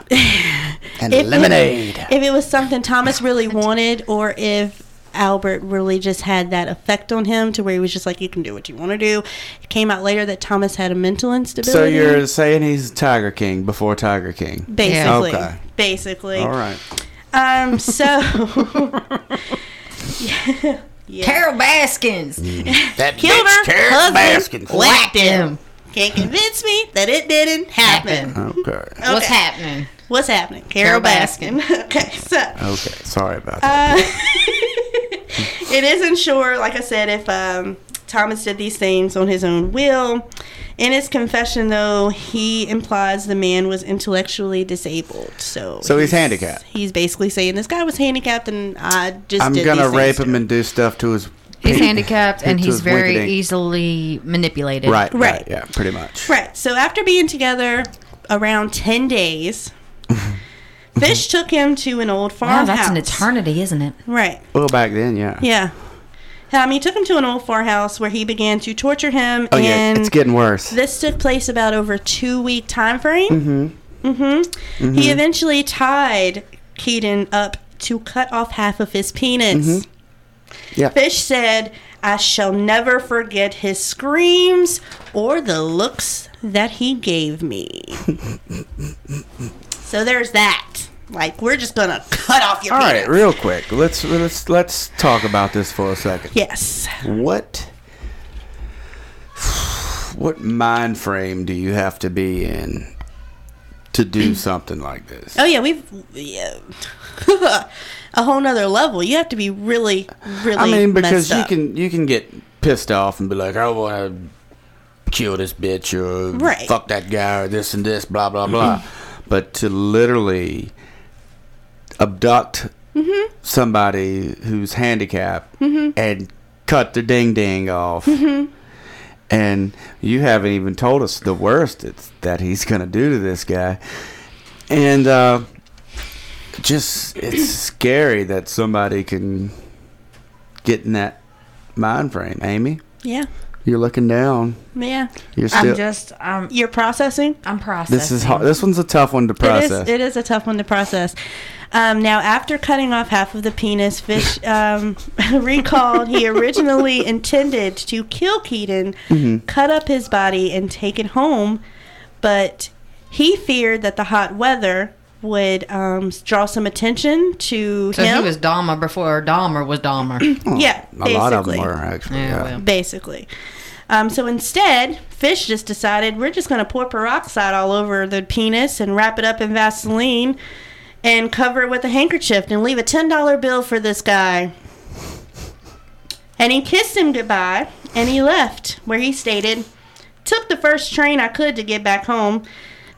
Speaker 3: and
Speaker 2: if
Speaker 3: lemonade.
Speaker 2: if it was something thomas really wanted or if albert really just had that effect on him to where he was just like you can do what you want to do it came out later that thomas had a mental instability
Speaker 3: So you're saying he's Tiger King before Tiger King?
Speaker 2: basically
Speaker 3: Yeah. Okay.
Speaker 2: basically
Speaker 3: All right.
Speaker 2: um so
Speaker 1: Carol Baskins.
Speaker 3: Mm. That
Speaker 2: Killed her husband whacked
Speaker 1: Damn.
Speaker 2: him can't convince me that it didn't happen
Speaker 3: Okay.
Speaker 1: What's
Speaker 2: Okay.
Speaker 1: happening?
Speaker 2: What's happening? Carol
Speaker 1: Carol
Speaker 2: Baskin.
Speaker 1: Baskin.
Speaker 2: okay, so
Speaker 3: Okay, sorry about that.
Speaker 2: uh, it isn't sure, like I said, if um, Thomas did these things on his own will. In his confession, though, he implies the man was intellectually disabled. So,
Speaker 3: So he's handicapped.
Speaker 2: He's basically saying this guy was handicapped, and I just
Speaker 3: I'm
Speaker 2: did
Speaker 3: gonna
Speaker 2: these
Speaker 3: rape
Speaker 2: things
Speaker 3: him and do stuff to his.
Speaker 1: He's
Speaker 3: penis-
Speaker 1: handicapped and
Speaker 3: to
Speaker 1: he's
Speaker 3: his
Speaker 1: very
Speaker 3: wicked ink.
Speaker 1: easily manipulated.
Speaker 3: Right, right,
Speaker 2: Right.
Speaker 3: yeah, pretty much.
Speaker 2: Right. So after being together around ten days, Fish took him to an old
Speaker 1: Wow,
Speaker 2: farmhouse.
Speaker 1: that's an eternity, isn't it?
Speaker 2: Right.
Speaker 3: Well, back then, yeah.
Speaker 2: Yeah. Um, he took him to an old farmhouse where he began to torture him,
Speaker 3: Oh yeah,
Speaker 2: and
Speaker 3: it's getting worse.
Speaker 2: this took place about over two week time frame. Mm-hmm. Mm-hmm. He eventually tied Keaton up to cut off half of his penis.
Speaker 3: Mm-hmm. Yeah.
Speaker 2: Fish said, "I shall never forget his screams or the looks that he gave me." so there's that. Like we're just gonna cut off your
Speaker 3: All
Speaker 2: penis.
Speaker 3: right, real quick, let's let's let's talk about this for a second.
Speaker 2: Yes.
Speaker 3: What what mind frame do you have to be in to do something like this?
Speaker 2: Oh yeah, we've yeah. a whole nother level. You have to be really, really.
Speaker 3: I mean, because
Speaker 2: messed
Speaker 3: you
Speaker 2: up.
Speaker 3: can you can get pissed off and be like, "Oh, I want to kill this bitch or
Speaker 2: Right.
Speaker 3: fuck that guy or this and this, blah blah blah. but to literally abduct somebody who's handicapped and cut the ding ding off. And you haven't even told us the worst it's, that he's going to do to this guy. And uh, just, it's scary that somebody can get in that mind frame, Amy.
Speaker 2: Yeah,
Speaker 3: You're looking down.
Speaker 2: Yeah.
Speaker 3: You're still.
Speaker 4: I'm just um
Speaker 2: You're processing?
Speaker 4: I'm processing.
Speaker 3: this is hard. This one's a tough one to process.
Speaker 2: It is, it is a tough one to process. Um, now, after cutting off half of the penis, Fish um, recalled he originally intended to kill Keaton,
Speaker 3: Mm-hmm.
Speaker 2: cut up his body, and take it home, but he feared that the hot weather would um, draw some attention to
Speaker 4: so
Speaker 2: him.
Speaker 4: he was Dahmer before Dahmer was Dahmer.
Speaker 3: Oh,
Speaker 2: yeah,
Speaker 3: a lot of them
Speaker 2: basically.
Speaker 3: are actually.
Speaker 4: Yeah,
Speaker 3: Yeah,
Speaker 4: well.
Speaker 2: basically. Um, so instead, Fish just decided we're just going to pour peroxide all over the penis and wrap it up in Vaseline and cover it with a handkerchief and leave a $10 bill for this guy. And he kissed him goodbye and he left, where he stated, Took the first train I could to get back home.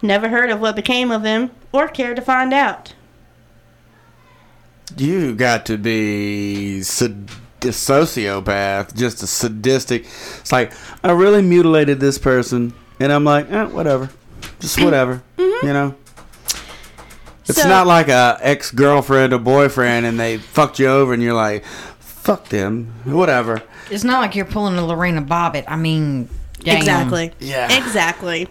Speaker 2: Never heard of what became of him or cared to find out.
Speaker 3: You got to be sad- a sociopath, just a sadistic. It's like I really mutilated this person, and I'm like, eh, whatever, just whatever, you know. It's
Speaker 2: Mm-hmm. So-
Speaker 3: not like a ex girlfriend or boyfriend, and they fucked you over, and you're like, fuck them, whatever.
Speaker 4: It's not like you're pulling a Lorena Bobbitt. I mean, damn.
Speaker 2: Exactly.
Speaker 3: Yeah.
Speaker 2: Exactly.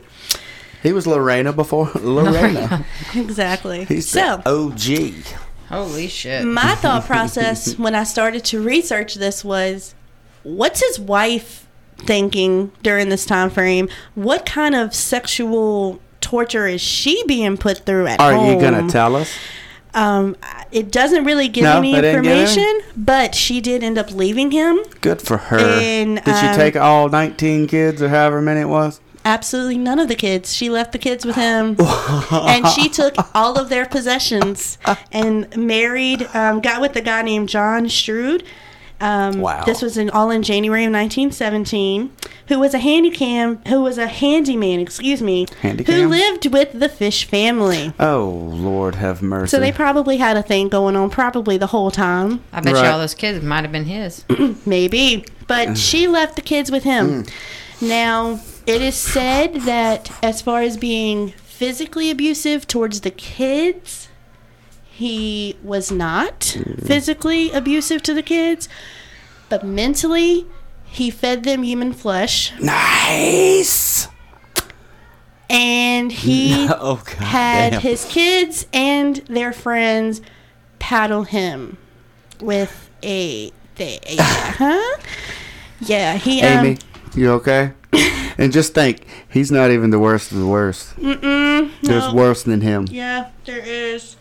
Speaker 3: He was Lorena before Lorena.
Speaker 2: Exactly.
Speaker 3: He's
Speaker 2: so.
Speaker 3: the OG.
Speaker 4: Holy shit.
Speaker 2: my thought process when I started to research this was what's his wife thinking during this time frame? What kind of sexual torture is she being put through at
Speaker 3: Are
Speaker 2: home?
Speaker 3: you gonna tell us?
Speaker 2: Um, I- it doesn't really give
Speaker 3: No,
Speaker 2: any
Speaker 3: they didn't give
Speaker 2: information, but she did end up leaving him.
Speaker 3: Good for her.
Speaker 2: And,
Speaker 3: Did she
Speaker 2: um,
Speaker 3: take all 19 kids or however many it was?
Speaker 2: Absolutely none of the kids. She left the kids with him, and she took all of their possessions and married. Um, got with a guy named John Strood. Um,
Speaker 3: Wow.
Speaker 2: This was in all in January of 1917. Who was a handycam? Who was a handyman? Excuse me. Who
Speaker 3: Handycam?
Speaker 2: lived with the Fish family.
Speaker 3: Oh Lord, have mercy.
Speaker 2: So they probably had a thing going on, probably the whole time.
Speaker 4: I bet
Speaker 3: Right.
Speaker 4: you all those kids might have been his.
Speaker 2: Maybe. But she left the kids with him.
Speaker 3: Hmm.
Speaker 2: Now, it is said that as far as being physically abusive towards the kids, he was not
Speaker 3: Hmm.
Speaker 2: physically abusive to the kids, but mentally, he fed them human flesh
Speaker 3: nice.
Speaker 2: and he
Speaker 3: Oh God.
Speaker 2: had
Speaker 3: damn.
Speaker 2: his kids and their friends paddle him with a thing. huh? Yeah, he um,
Speaker 3: Amy, you okay? and just think, he's not even the worst of the worst.
Speaker 2: Mm-mm,
Speaker 3: There's
Speaker 2: no.
Speaker 3: worse than him.
Speaker 2: Yeah, there is.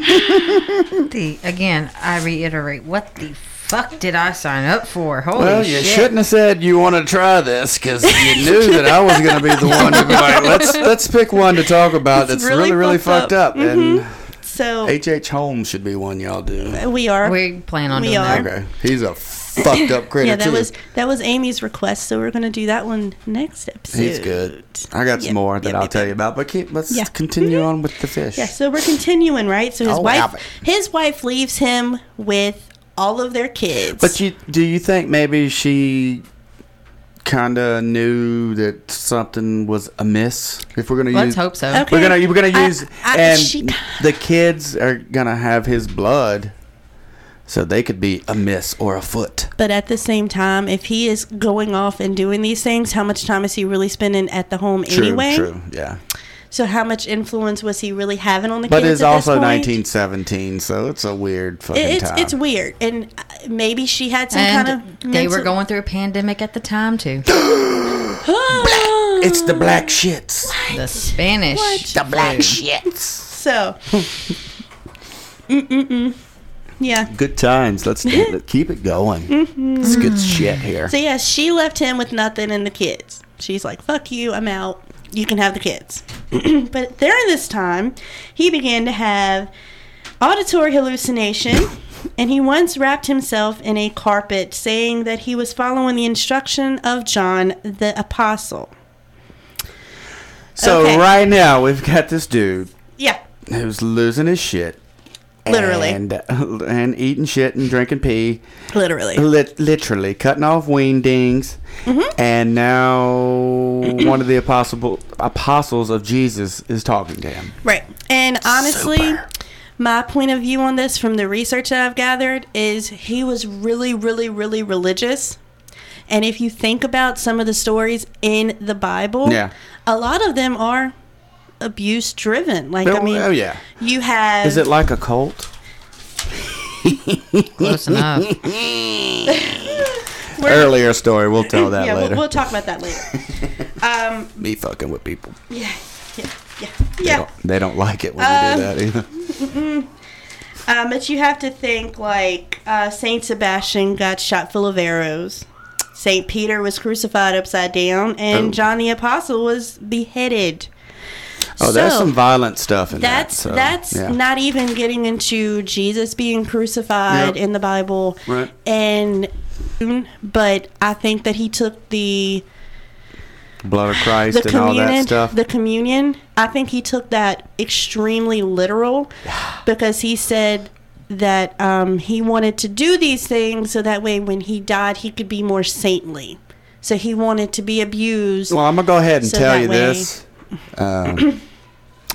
Speaker 4: The, again, I reiterate, what the fuck did I sign up for? Holy
Speaker 3: Well, you
Speaker 4: shit.
Speaker 3: shouldn't have said you want to try this because you knew that I was going to be the one to be like, let's let's pick one to talk about that's
Speaker 2: really
Speaker 3: really really
Speaker 2: fucked Mm-hmm.
Speaker 3: fucked up.
Speaker 2: So
Speaker 3: And H.H. Holmes should be one y'all do.
Speaker 2: we are.
Speaker 4: We plan on
Speaker 2: We
Speaker 4: doing
Speaker 2: are.
Speaker 4: that.
Speaker 3: Okay, he's a fucked up critter
Speaker 2: yeah, that
Speaker 3: too.
Speaker 2: was that was Amy's request, so we're gonna do that one next episode.
Speaker 3: He's good. I got some
Speaker 2: Yep,
Speaker 3: more that
Speaker 2: yep,
Speaker 3: I'll
Speaker 2: yep,
Speaker 3: tell
Speaker 2: yep.
Speaker 3: you about, but keep, let's
Speaker 2: Yeah. Mm-hmm.
Speaker 3: continue on with the fish.
Speaker 2: Yeah, so we're continuing, right? So his
Speaker 3: Oh,
Speaker 2: wife,
Speaker 3: wow.
Speaker 2: his wife leaves him with all of their kids.
Speaker 3: But you, do you think maybe she kind of knew that something was amiss? If we're gonna
Speaker 4: Let's
Speaker 3: use,
Speaker 4: hope so.
Speaker 2: Okay.
Speaker 3: we're gonna we're gonna
Speaker 2: I-
Speaker 3: use,
Speaker 2: I-
Speaker 3: and
Speaker 2: she-
Speaker 3: the kids are gonna have his blood, so they could be amiss or afoot.
Speaker 2: But at the same time, if he is going off and doing these things, how much time is he really spending at the home
Speaker 3: True,
Speaker 2: anyway?
Speaker 3: true, yeah.
Speaker 2: So how much influence was he really having on the
Speaker 3: But
Speaker 2: kids?
Speaker 3: it's
Speaker 2: at this
Speaker 3: also
Speaker 2: point?
Speaker 3: 1917, so it's a weird fucking
Speaker 2: It- It's
Speaker 3: time.
Speaker 2: it's weird, and uh, maybe she had some
Speaker 4: And
Speaker 2: kind of.
Speaker 4: they were
Speaker 2: mental-
Speaker 4: going through a pandemic at the time, too.
Speaker 2: Ah!
Speaker 3: It's the black shits.
Speaker 4: the Spanish.
Speaker 2: What?
Speaker 3: The black shits.
Speaker 2: So, Mm-mm-mm. yeah.
Speaker 3: Good times. Let's keep it going.
Speaker 2: Mm-hmm.
Speaker 3: It's good shit here.
Speaker 2: So yeah, she left him with nothing and the kids. She's like, "Fuck you, I'm out. You can have the kids." but during this time, he began to have auditory hallucination, and he once wrapped himself in a carpet, saying that he was following the instruction of John the Apostle.
Speaker 3: So
Speaker 2: Okay.
Speaker 3: right now we've got this dude
Speaker 2: Yeah.
Speaker 3: who's losing his shit,
Speaker 2: Literally.
Speaker 3: and uh, and eating shit and drinking pee,
Speaker 2: Literally.
Speaker 3: lit, literally cutting off ween dings,
Speaker 2: Mm-hmm.
Speaker 3: and now one of the apostle apostles of Jesus is talking to him.
Speaker 2: Right. And honestly,
Speaker 3: Super.
Speaker 2: my point of view on this from the research that I've gathered is he was really, really, really religious. And if you think about some of the stories in the Bible,
Speaker 3: Yeah.
Speaker 2: a lot of them are abuse driven. Like I
Speaker 3: Oh,
Speaker 2: mean,
Speaker 3: oh, yeah.
Speaker 2: you have
Speaker 3: Is it like a cult?
Speaker 1: Close enough.
Speaker 2: we're-
Speaker 3: Earlier story. We'll tell that
Speaker 2: yeah,
Speaker 3: later.
Speaker 2: We'll, we'll talk about that later.
Speaker 3: Me fucking with people.
Speaker 2: yeah, yeah, yeah,
Speaker 3: They,
Speaker 2: yeah.
Speaker 3: don't, they don't like it when
Speaker 2: Um,
Speaker 3: we do that either.
Speaker 2: Um, but you have to think like uh, Saint Sebastian got shot full of arrows. Saint Peter was crucified upside down, and
Speaker 3: Oh.
Speaker 2: John the Apostle was beheaded.
Speaker 3: Oh, there's
Speaker 2: So,
Speaker 3: some violent stuff in
Speaker 2: That's
Speaker 3: that. so,
Speaker 2: that's
Speaker 3: yeah.
Speaker 2: not even getting into Jesus being crucified
Speaker 3: Yep.
Speaker 2: in the Bible,
Speaker 3: Right.
Speaker 2: and but I think that he took the
Speaker 3: blood of
Speaker 2: the
Speaker 3: Christ and all that
Speaker 2: communion,
Speaker 3: stuff.
Speaker 2: the communion. I think he took that extremely literal because he said that um, he wanted to do these things so that way when he died he could be more saintly. So he wanted to be abused.
Speaker 3: Well, I'm gonna go ahead and
Speaker 2: So
Speaker 3: tell
Speaker 2: that
Speaker 3: you
Speaker 2: way-
Speaker 3: this. Um,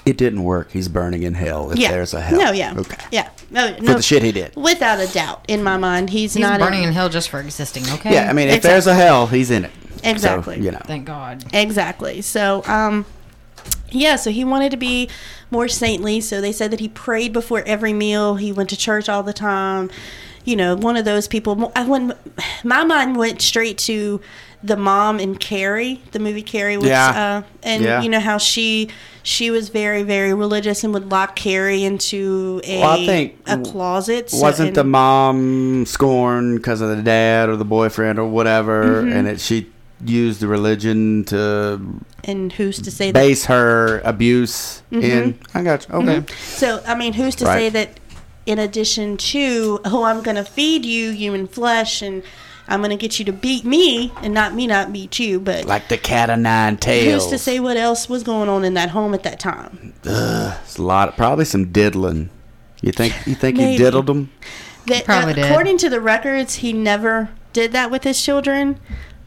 Speaker 3: it didn't work. He's burning in hell if
Speaker 2: yeah.
Speaker 3: there's a hell.
Speaker 2: No, yeah.
Speaker 3: Okay.
Speaker 2: Yeah. No,
Speaker 3: For
Speaker 2: no.
Speaker 3: the shit he did.
Speaker 2: Without a doubt, in my mind, he's,
Speaker 1: He's
Speaker 2: not
Speaker 1: burning
Speaker 2: in-
Speaker 1: in hell just for existing. Okay.
Speaker 3: Yeah, I mean, if there's a hell, he's in it. So,
Speaker 2: Exactly.
Speaker 3: you know.
Speaker 1: Thank God.
Speaker 2: Exactly. So, um, yeah, so he wanted to be more saintly. So they said that he prayed before every meal. He went to church all the time. You know, one of those people. I went, my mind went straight to the mom in Carrie, the movie Carrie. Which,
Speaker 3: Yeah.
Speaker 2: Uh, and
Speaker 3: Yeah.
Speaker 2: you know how she she was very very religious and would lock Carrie into a
Speaker 3: Well, I think-
Speaker 2: a closet. so-
Speaker 3: Wasn't
Speaker 2: and-
Speaker 3: the mom scorned because of the dad or the boyfriend or whatever,
Speaker 2: Mm-hmm.
Speaker 3: and it, she used the religion to
Speaker 2: and who's to say that?
Speaker 3: base her abuse
Speaker 2: Mm-hmm.
Speaker 3: in? I got you. Okay.
Speaker 2: So, I mean, who's to
Speaker 3: Right.
Speaker 2: say that in addition to, oh, I'm going to feed you human flesh and I'm going to get you to beat me and not me not beat you, but
Speaker 3: Like the cat of nine tails.
Speaker 2: who's to say what else was going on in that home at that time?
Speaker 3: It's a lot. Of, probably some diddling. You think? You think he
Speaker 2: Maybe.
Speaker 3: diddled them?
Speaker 2: That, uh,
Speaker 1: Probably did.
Speaker 2: According to the records, he never did that with his children.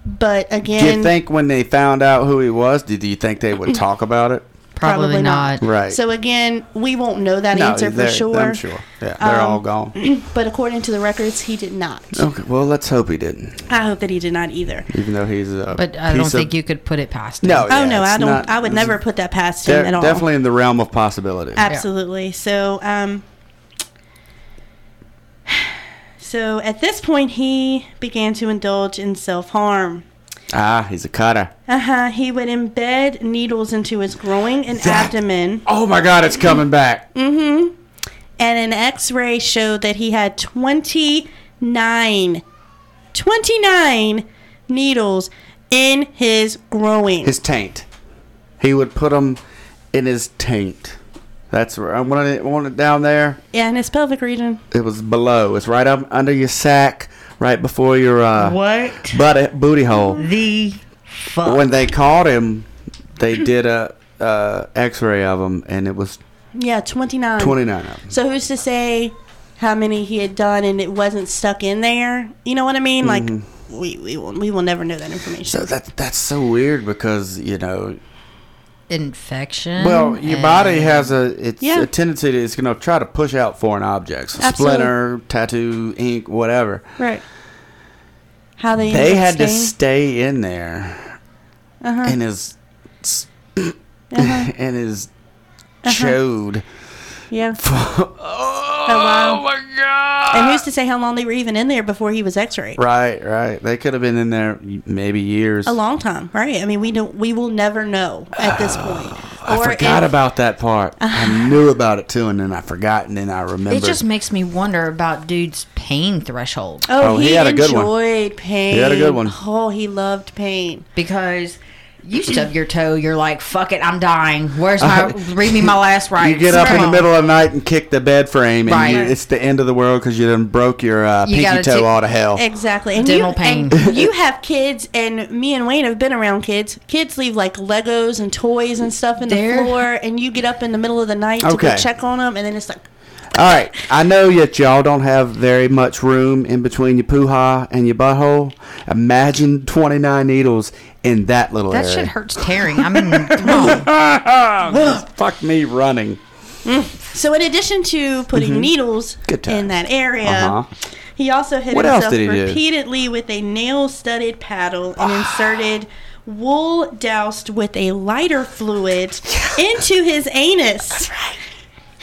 Speaker 2: But
Speaker 3: Do you
Speaker 2: again,
Speaker 3: think when they found out who he was, did you think they would talk about it?
Speaker 1: Probably,
Speaker 2: Probably not.
Speaker 1: not.
Speaker 3: Right.
Speaker 2: so again, we won't know that answer for
Speaker 3: they're-
Speaker 2: sure.
Speaker 3: I'm sure. Yeah, they're all
Speaker 2: Um,
Speaker 3: gone.
Speaker 2: But according to the records, he did not.
Speaker 3: Okay. Well, let's hope he didn't,
Speaker 2: I hope that he did not either.
Speaker 3: even though he's a.
Speaker 1: But I
Speaker 3: piece
Speaker 1: don't
Speaker 3: of-
Speaker 1: think you could put it past. him.
Speaker 3: No.
Speaker 2: oh
Speaker 3: yeah,
Speaker 2: no, I
Speaker 3: it's
Speaker 2: don't.
Speaker 3: not-
Speaker 2: I would
Speaker 3: it's
Speaker 2: never put that past
Speaker 3: de-
Speaker 2: him at all.
Speaker 3: Definitely in the realm of possibility.
Speaker 2: Absolutely. So, um, so at this point, he began to indulge in self harm.
Speaker 3: ah, he's a cutter.
Speaker 2: Uh huh. He would embed needles into his groin and abdomen,
Speaker 3: Oh my God, it's coming back.
Speaker 2: and an x ray showed that he had 29, 29 needles in his groin.
Speaker 3: His taint. He would put them in his taint. That's where I want it. Want it down there.
Speaker 2: yeah, in his pelvic region.
Speaker 3: It was below. It's right up under your sack, right before your uh,
Speaker 4: What
Speaker 3: butt booty hole.
Speaker 4: the fuck?
Speaker 3: when they caught him, they did a uh, X-ray of him, and it was
Speaker 2: Yeah, 29.
Speaker 3: 29 of them.
Speaker 2: So who's to say how many he had done and it wasn't stuck in there? You know what I mean? Like we we will we will never know that information.
Speaker 3: Mm-hmm. So that that's so weird because you know,
Speaker 1: Infection.
Speaker 3: well, your body
Speaker 1: and-
Speaker 3: has a it's
Speaker 2: Yeah.
Speaker 3: a tendency to it's going to try to push out foreign objects, a
Speaker 2: Absolutely.
Speaker 3: splinter, tattoo, ink, whatever.
Speaker 2: right. How they
Speaker 3: They had to
Speaker 2: staying?
Speaker 3: stay in there,
Speaker 2: Uh-huh.
Speaker 3: and his s-
Speaker 2: Uh-huh.
Speaker 3: and his chode.
Speaker 2: yeah.
Speaker 3: Oh,
Speaker 2: wow.
Speaker 3: my god!
Speaker 2: And who's to say how long they were even in there before he was X-rayed?
Speaker 3: right, right. They could have been in there maybe years.
Speaker 2: A long time, right? I mean, we don't we will never know at this point.
Speaker 3: I forgot
Speaker 2: if-
Speaker 3: about that part. I knew about it too, and then I forgot, and then I remembered.
Speaker 1: It just makes me wonder about dude's pain threshold
Speaker 2: Oh,
Speaker 3: Oh,
Speaker 2: he,
Speaker 3: he had a
Speaker 2: enjoyed
Speaker 3: good one.
Speaker 2: pain.
Speaker 3: He had a good one.
Speaker 2: Oh, he loved pain.
Speaker 1: because you stub your toe, you're like, "Fuck it, I'm dying. Where's my? read me my last rites.
Speaker 3: Uh-huh. you get up in
Speaker 1: Come
Speaker 3: the
Speaker 1: on.
Speaker 3: middle of the night and kick the bed frame, and
Speaker 1: Right.
Speaker 3: you, it's the end of the world because you done broke your uh,
Speaker 1: You
Speaker 3: pinky
Speaker 1: gotta
Speaker 3: toe
Speaker 1: take-
Speaker 3: all to hell.
Speaker 2: Exactly. And
Speaker 1: Dental
Speaker 2: you,
Speaker 1: pain.
Speaker 2: and you have kids, and me and Wayne have been around kids. Kids leave like Legos and toys and stuff in
Speaker 1: They're-
Speaker 2: the floor, and you get up in the middle of the night to go
Speaker 3: Okay.
Speaker 2: check on them, and then it's like,
Speaker 3: all right, I know that y'all don't have very much room in between your poo-ha and your butthole. Imagine twenty nine needles in that little
Speaker 1: That
Speaker 3: area.
Speaker 1: shit hurts tearing. I mean, come on.
Speaker 3: Fuck me running.
Speaker 2: so in addition to putting needles
Speaker 3: Mm-hmm. Good
Speaker 2: in
Speaker 3: times.
Speaker 2: that area,
Speaker 3: Uh-huh.
Speaker 2: He also hit
Speaker 3: What else
Speaker 2: himself
Speaker 3: did he do? Ah.
Speaker 2: repeatedly with a nail-studded paddle and inserted wool doused with a lighter fluid into his anus.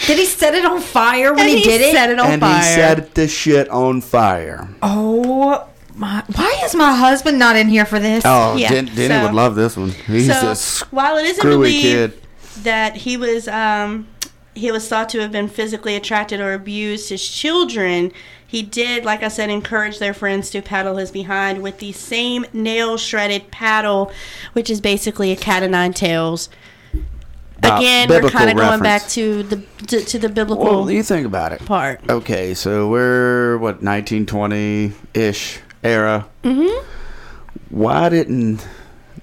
Speaker 4: Did he set it on fire when
Speaker 2: And
Speaker 4: he, did it?
Speaker 2: set it on
Speaker 3: and
Speaker 2: fire.
Speaker 3: he set the shit on fire.
Speaker 4: oh my! Why is my husband not in here for this?
Speaker 3: Oh,
Speaker 2: Yeah,
Speaker 3: Den- Denny
Speaker 2: so-
Speaker 3: would love this one. He's
Speaker 2: so
Speaker 3: a screwy
Speaker 2: while it isn't believed
Speaker 3: kid.
Speaker 2: that he was um, he was thought to have been physically attracted or abused his children, he did, like I said, encourage their friends to paddle his behind with the same nail shredded paddle, which is basically a cat o' nine tails.
Speaker 3: Bi-
Speaker 2: Again, we're
Speaker 3: biblical
Speaker 2: kind of going back
Speaker 3: reference.
Speaker 2: to the to, to the biblical
Speaker 3: Well, you think about it.
Speaker 2: part.
Speaker 3: Okay, so we're what 1920-ish era. Mm-hmm. Why didn't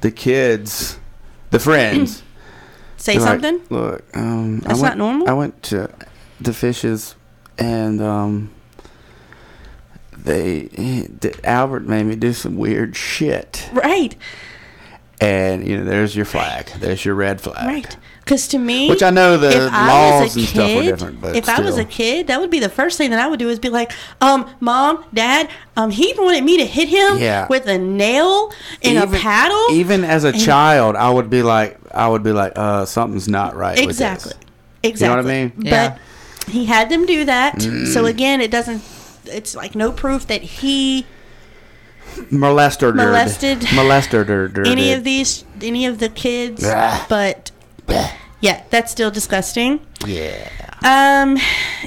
Speaker 3: the kids, the friends,
Speaker 2: Say
Speaker 3: be like,
Speaker 2: something.
Speaker 3: Look, um,
Speaker 2: That's not
Speaker 3: I went,
Speaker 2: normal?
Speaker 3: I went to the fishes, and um, they the, Albert made me do some weird shit.
Speaker 2: Right,
Speaker 3: And you know, there's your flag. There's your red flag.
Speaker 2: right. Because to me,
Speaker 3: Which I know the
Speaker 2: if I
Speaker 3: laws
Speaker 2: was a
Speaker 3: and
Speaker 2: kid,
Speaker 3: stuff were different, but
Speaker 2: if I was a
Speaker 3: still.
Speaker 2: kid, that would be the first thing that I would do is be like, um, mom, dad, um, he wanted me to hit him
Speaker 3: Yeah.
Speaker 2: with a nail and a paddle.
Speaker 3: Even as a child, I would be like, I would be like, uh, something's not right. with this.
Speaker 2: exactly,
Speaker 3: You know what I
Speaker 2: exactly.
Speaker 3: mean? Mm.
Speaker 4: Yeah.
Speaker 2: But he had them do that. So again, it doesn't. It's like no proof that he
Speaker 3: Molester,
Speaker 2: Molested.
Speaker 3: molester,
Speaker 2: any of these any of the kids.
Speaker 3: Blah.
Speaker 2: But
Speaker 3: the.
Speaker 2: yeah, that's still disgusting.
Speaker 3: Yeah.
Speaker 2: Um,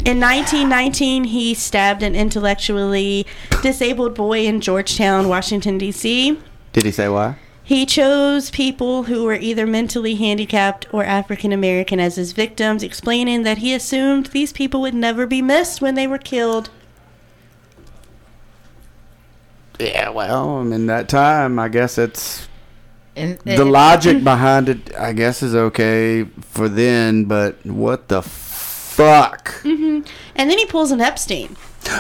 Speaker 2: in 1919, he stabbed an intellectually disabled boy in Georgetown, Washington, D.C.
Speaker 3: Did he say why?
Speaker 2: He chose people who were either mentally handicapped or African American as his victims, explaining that he assumed these people would never be missed when they were killed.
Speaker 3: Yeah. Well, I mean, that time, I guess it's
Speaker 1: And
Speaker 3: the logic behind it. I guess is okay for then, but what the fuck?
Speaker 2: And then he pulls an Epstein.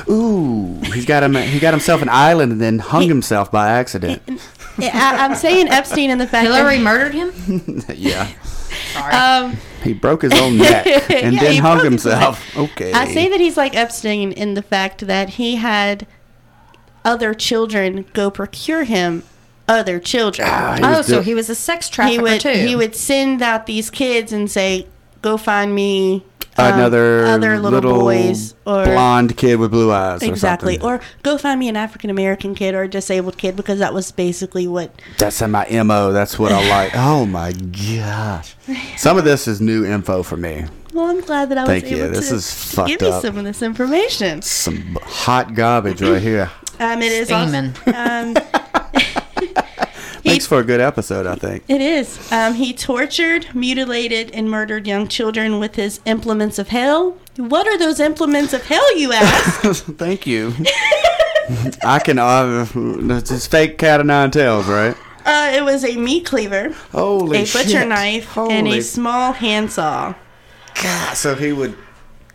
Speaker 3: Ooh, he's got him. He got himself an island and then hung himself by accident.
Speaker 2: I, I'm saying Epstein in the fact
Speaker 4: Hillary
Speaker 2: that
Speaker 4: murdered him.
Speaker 3: yeah.
Speaker 2: um,
Speaker 3: He broke his own neck and
Speaker 2: Yeah,
Speaker 3: then
Speaker 2: he
Speaker 3: hung
Speaker 2: broke his
Speaker 3: himself. Okay.
Speaker 2: I say that he's like Epstein in the fact that he had other children go procure him other children.
Speaker 3: Ah,
Speaker 4: Oh,
Speaker 3: was
Speaker 4: so
Speaker 3: do-
Speaker 4: he was a sex
Speaker 2: he
Speaker 4: trafficker
Speaker 2: would
Speaker 4: too.
Speaker 2: he would send out these kids and say, "Go find me um,
Speaker 3: another
Speaker 2: other little, boys or
Speaker 3: blonde kid with blue eyes.
Speaker 2: exactly
Speaker 3: Or,
Speaker 2: or go find me an African American kid or a disabled kid because that was basically what
Speaker 3: something. that's in my mo. That's what I like. oh my gosh! Some of this is new info for me.
Speaker 2: well I'm glad that I
Speaker 3: Thank
Speaker 2: was
Speaker 3: you.
Speaker 2: able
Speaker 3: This
Speaker 2: to,
Speaker 3: is
Speaker 2: to give
Speaker 3: fucked
Speaker 2: you
Speaker 3: up.
Speaker 2: some of this information.
Speaker 3: Some hot garbage right here.
Speaker 2: Um it is also-
Speaker 4: Steaming.
Speaker 2: um
Speaker 3: Thanks for a good episode. I think.
Speaker 2: It is. Um, he tortured, mutilated, and murdered young children with his implements of hell. What are those implements of hell, you ask?
Speaker 3: Thank you. I can. Uh, it's just fake cat of nine tails, right?
Speaker 2: uh, it was a meat cleaver,
Speaker 3: Holy
Speaker 2: a
Speaker 3: shit.
Speaker 2: butcher knife,
Speaker 3: Holy
Speaker 2: and a small handsaw.
Speaker 3: God, so he would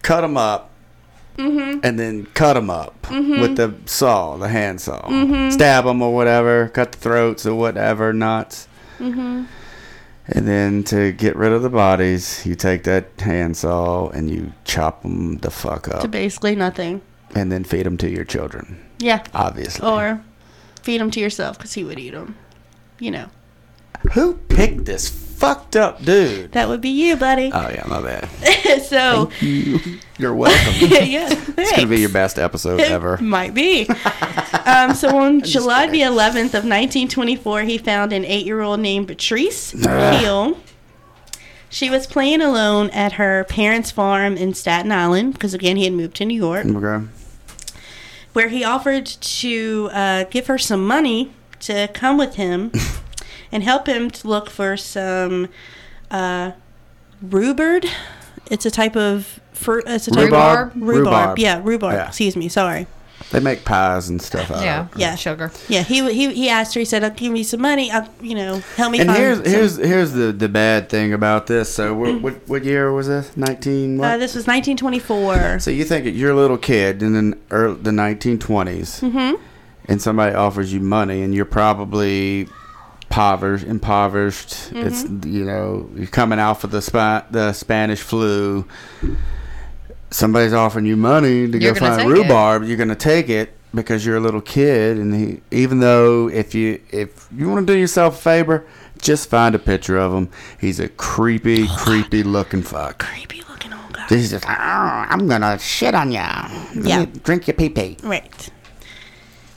Speaker 3: cut them up and then cut them up with the saw, the hand saw. Stab them or whatever, cut the throats or whatever, knots. And then to get rid of the bodies, you take that hand saw and you chop them the fuck
Speaker 2: To
Speaker 3: up
Speaker 2: basically nothing.
Speaker 3: and then feed them to your children,
Speaker 2: Yeah.
Speaker 3: obviously.
Speaker 2: Or feed them to yourself because he would eat them. You know,
Speaker 3: Who picked this fucked up dude?
Speaker 2: that would be you, buddy.
Speaker 3: Oh, yeah, my bad.
Speaker 2: so,
Speaker 3: You're welcome.
Speaker 2: yeah.
Speaker 3: it's going to be your best episode ever.
Speaker 2: Might be. um, so on July the 11th of 1924, he found an eight-year-old named Patrice Hill. She was playing alone at her parents' farm in Staten Island because again he had moved to New York,
Speaker 3: Okay.
Speaker 2: where he offered to uh, give her some money to come with him and help him to look for some uh, rhubarb. It's a type of fruit. It's a type
Speaker 3: Rhubarb?
Speaker 2: Of
Speaker 3: Rhubarb.
Speaker 2: rhubarb. Yeah, rhubarb.
Speaker 3: Yeah.
Speaker 2: Excuse me. Sorry.
Speaker 3: They make pies and stuff out of it.
Speaker 4: yeah.
Speaker 2: Yeah.
Speaker 4: Sugar.
Speaker 2: Yeah, he he he asked her. He said, "I'll give me some money. I'll you know help me."
Speaker 3: And
Speaker 2: find
Speaker 3: here's
Speaker 2: some-"
Speaker 3: here's here's the the bad thing about this. So
Speaker 2: Mm.
Speaker 3: what what, what year was this? Nineteen what?
Speaker 2: Uh, this was 1924.
Speaker 3: so you think that you're a little kid in the early, the 1920s,
Speaker 1: Mm-hmm.
Speaker 3: and somebody offers you money, and you're probably impoverished. impoverished. It's
Speaker 1: Mm-hmm.
Speaker 3: you know you're coming out for the spa, the Spanish flu. Somebody's offering you money to
Speaker 1: You're
Speaker 3: go
Speaker 1: gonna
Speaker 3: find
Speaker 1: take it.
Speaker 3: rhubarb. You're gonna take it. because you're a little kid, and he, even though if you if you want to do yourself a favor, just find a picture of him. He's a creepy, creepy looking fuck.
Speaker 2: Creepy looking old guy.
Speaker 3: He's just, "Oh, I'm gonna shit on ya.
Speaker 2: Yeah.
Speaker 3: drink your pee pee.
Speaker 2: Right.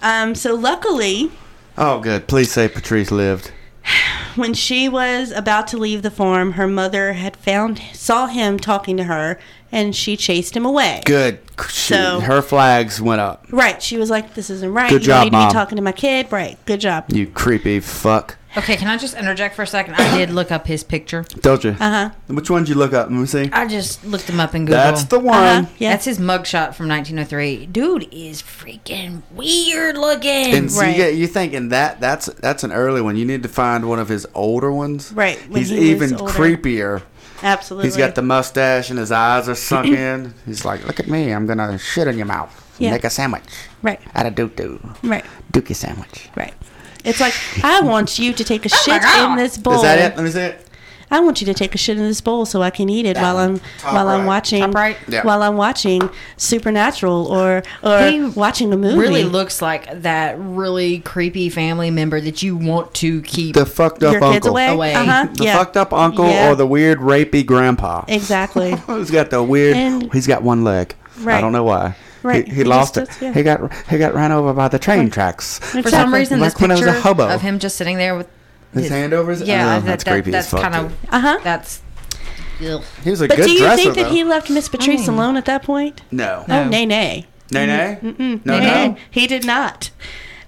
Speaker 2: Um, so luckily,
Speaker 3: Oh, good. Please say Patrice lived.
Speaker 2: when she was about to leave the farm, her mother had found saw him talking to her, and she chased him away.
Speaker 3: Good. She-
Speaker 2: So-
Speaker 3: her flags went up.
Speaker 2: Right. She was like, "This isn't right.
Speaker 3: Good
Speaker 2: you
Speaker 3: job,
Speaker 2: don't need to
Speaker 3: Mom."
Speaker 2: be talking to my kid." Right. Good job.
Speaker 3: You creepy fuck.
Speaker 4: Okay, can I just interject for a second? I did look up his picture.
Speaker 3: Don't you?
Speaker 2: Uh huh.
Speaker 3: Which one'd you look up? Let me see.
Speaker 4: I just looked him up in Google.
Speaker 3: That's the one.
Speaker 2: Uh huh. Yeah.
Speaker 4: That's his mugshot from 1903. Dude is freaking weird looking.
Speaker 3: And so
Speaker 2: Right.
Speaker 3: you get, you're thinking that that's that's an early one. You need to find one of his older ones.
Speaker 2: Right, when
Speaker 3: He's
Speaker 2: he was
Speaker 3: even
Speaker 2: older.
Speaker 3: creepier.
Speaker 2: absolutely.
Speaker 3: He's got the mustache and his eyes are sunk in. He's like, look at me. I'm gonna shit in your mouth.
Speaker 2: Yeah.
Speaker 3: Make a sandwich
Speaker 2: right.
Speaker 3: out of doo doo.
Speaker 2: Right.
Speaker 3: Dookie sandwich.
Speaker 2: Right. It's like I want you to take a shit
Speaker 4: Oh God.
Speaker 2: in this bowl.
Speaker 3: Is that it? Let me see it.
Speaker 2: I want you to take a shit in this bowl so I can eat it while I'm
Speaker 3: Top
Speaker 2: while I'm
Speaker 3: right.
Speaker 2: watching
Speaker 4: Top right?
Speaker 3: Yeah.
Speaker 2: while I'm watching Supernatural or or
Speaker 4: He
Speaker 2: watching a movie.
Speaker 4: really looks like that really creepy family member that you want to keep.
Speaker 3: The fucked up
Speaker 2: your
Speaker 3: uncle.
Speaker 2: kids away.
Speaker 4: Away.
Speaker 2: Uh-huh.
Speaker 3: The fucked up uncle
Speaker 2: Yeah.
Speaker 3: or the weird rapey grandpa.
Speaker 2: Exactly.
Speaker 3: He's got the weird.
Speaker 2: And-
Speaker 3: he's got one leg. I
Speaker 2: Right.
Speaker 3: don't know why.
Speaker 2: Right.
Speaker 3: He, he
Speaker 2: He
Speaker 3: lost
Speaker 2: just
Speaker 3: it.
Speaker 2: does, yeah.
Speaker 3: He got he got ran over by the train tracks.
Speaker 4: for some
Speaker 2: Exactly.
Speaker 4: reason,
Speaker 3: Like
Speaker 4: this
Speaker 3: when I was a
Speaker 4: picture
Speaker 3: hobo.
Speaker 4: of him just sitting there with
Speaker 3: His hand over his-
Speaker 4: yeah,
Speaker 3: Oh,
Speaker 4: that-
Speaker 3: that's
Speaker 4: that-
Speaker 3: creepy
Speaker 4: That's
Speaker 3: as fuck,
Speaker 4: kind of
Speaker 3: dude.
Speaker 2: Uh-huh.
Speaker 4: That's ugh.
Speaker 3: He was a
Speaker 2: But
Speaker 3: good
Speaker 2: do you
Speaker 3: dresser
Speaker 2: think that
Speaker 3: though.
Speaker 2: he left Miss Patrice alone at that point?
Speaker 3: no.
Speaker 2: Oh, nay, nay.
Speaker 3: Nay, nay. Mm-mm. No,
Speaker 2: Nay,
Speaker 3: no.
Speaker 2: nay. He did not.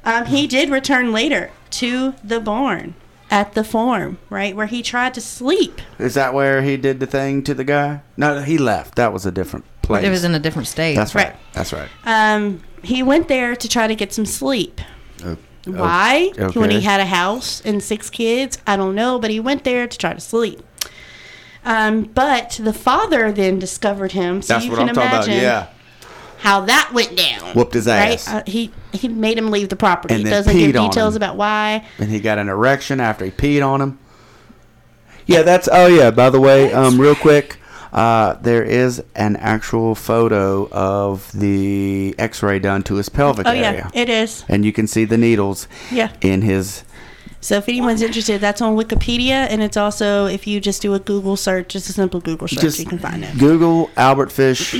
Speaker 2: Um, he did return later to the barn at the farm, right, where he tried to sleep.
Speaker 3: Is that where he did the thing to the guy? No, he left. That was a different place.
Speaker 4: it was in a different state.
Speaker 3: That's right.
Speaker 2: Right.
Speaker 3: That's right.
Speaker 2: Um, he went there to try to get some sleep.
Speaker 3: Oh, oh.
Speaker 2: Why?
Speaker 3: okay.
Speaker 2: When he had a house and six kids? I don't know, but he went there to try to sleep. Um, but the father then discovered him, so
Speaker 3: That's
Speaker 2: you
Speaker 3: what
Speaker 2: can
Speaker 3: I'm talking about.
Speaker 2: imagine
Speaker 3: Yeah.
Speaker 2: how that went down.
Speaker 3: Whooped his ass.
Speaker 2: Right? Uh, he he made him leave the property.
Speaker 3: And
Speaker 2: It
Speaker 3: then
Speaker 2: doesn't give
Speaker 3: peed on
Speaker 2: details
Speaker 3: him.
Speaker 2: about why.
Speaker 3: And he got an erection after he peed on him. Yeah, that's. Oh yeah. By the way, um, real quick, uh, there is an actual photo of the X-ray done to his pelvic
Speaker 2: Oh
Speaker 3: area,
Speaker 2: yeah, it is.
Speaker 3: and you can see the needles
Speaker 2: Yeah.
Speaker 3: in his.
Speaker 2: So if anyone's interested, that's on Wikipedia, and it's also if you just do a Google search, just a simple Google search,
Speaker 3: Just
Speaker 2: you can find it.
Speaker 3: Google Albert Fish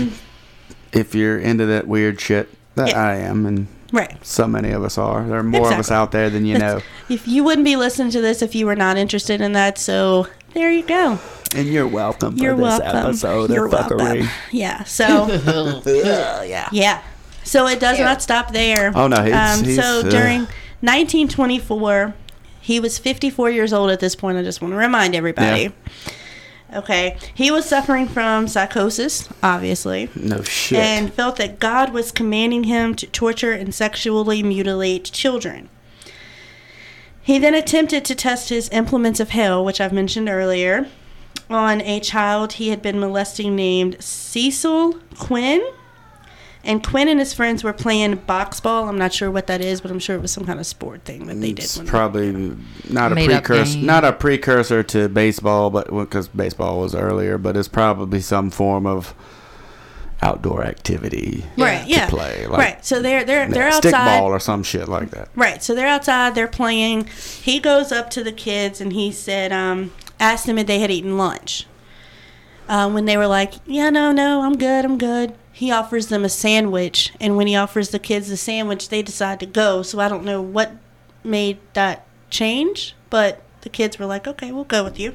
Speaker 3: if you're into that weird shit that
Speaker 2: Yeah.
Speaker 3: I am, and
Speaker 2: Right.
Speaker 3: so many of us are. There are more of us
Speaker 2: Exactly.
Speaker 3: out there than you know,
Speaker 2: That's- If you wouldn't be listening to this if you were not interested in that, so there you go.
Speaker 3: and you're welcome
Speaker 2: You're
Speaker 3: for this
Speaker 2: welcome.
Speaker 3: episode
Speaker 2: You're
Speaker 3: of fuckery.
Speaker 2: welcome. Yeah. So
Speaker 3: yeah.
Speaker 2: yeah. So it does not stop there. Um,
Speaker 3: Oh, no, he's- he's,
Speaker 2: so
Speaker 3: uh,
Speaker 2: during 1924, he was 54 years old at this point. I just want to remind everybody. Okay, he was suffering from psychosis, obviously.
Speaker 3: No shit.
Speaker 2: and felt that God was commanding him to torture and sexually mutilate children. He then attempted to test his implements of hell, which I've mentioned earlier, on a child he had been molesting named Cecil Quinn. And Quinn and his friends were playing box ball. I'm not sure what that is, but I'm sure it was some kind of sport thing that they did.
Speaker 3: Mm, It's
Speaker 2: when-
Speaker 3: probably not a
Speaker 4: Made up
Speaker 3: precursor,
Speaker 4: game.
Speaker 3: not a precursor to baseball, but because baseball was earlier, but it's probably some form of outdoor activity,
Speaker 2: right? Yeah.
Speaker 3: play, like-
Speaker 2: right. So they're they're they're
Speaker 3: stick
Speaker 2: outside.
Speaker 3: ball or some shit like that.
Speaker 2: Right. So they're outside, they're playing. He goes up to the kids and he said, um, asked them if they had eaten lunch. Uh, when they were like, yeah, no, no, I'm good, I'm good. He offers them a sandwich. And when he offers the kids the sandwich, they decide to go. So I don't know what made that change, but the kids were like, okay, we'll go with you.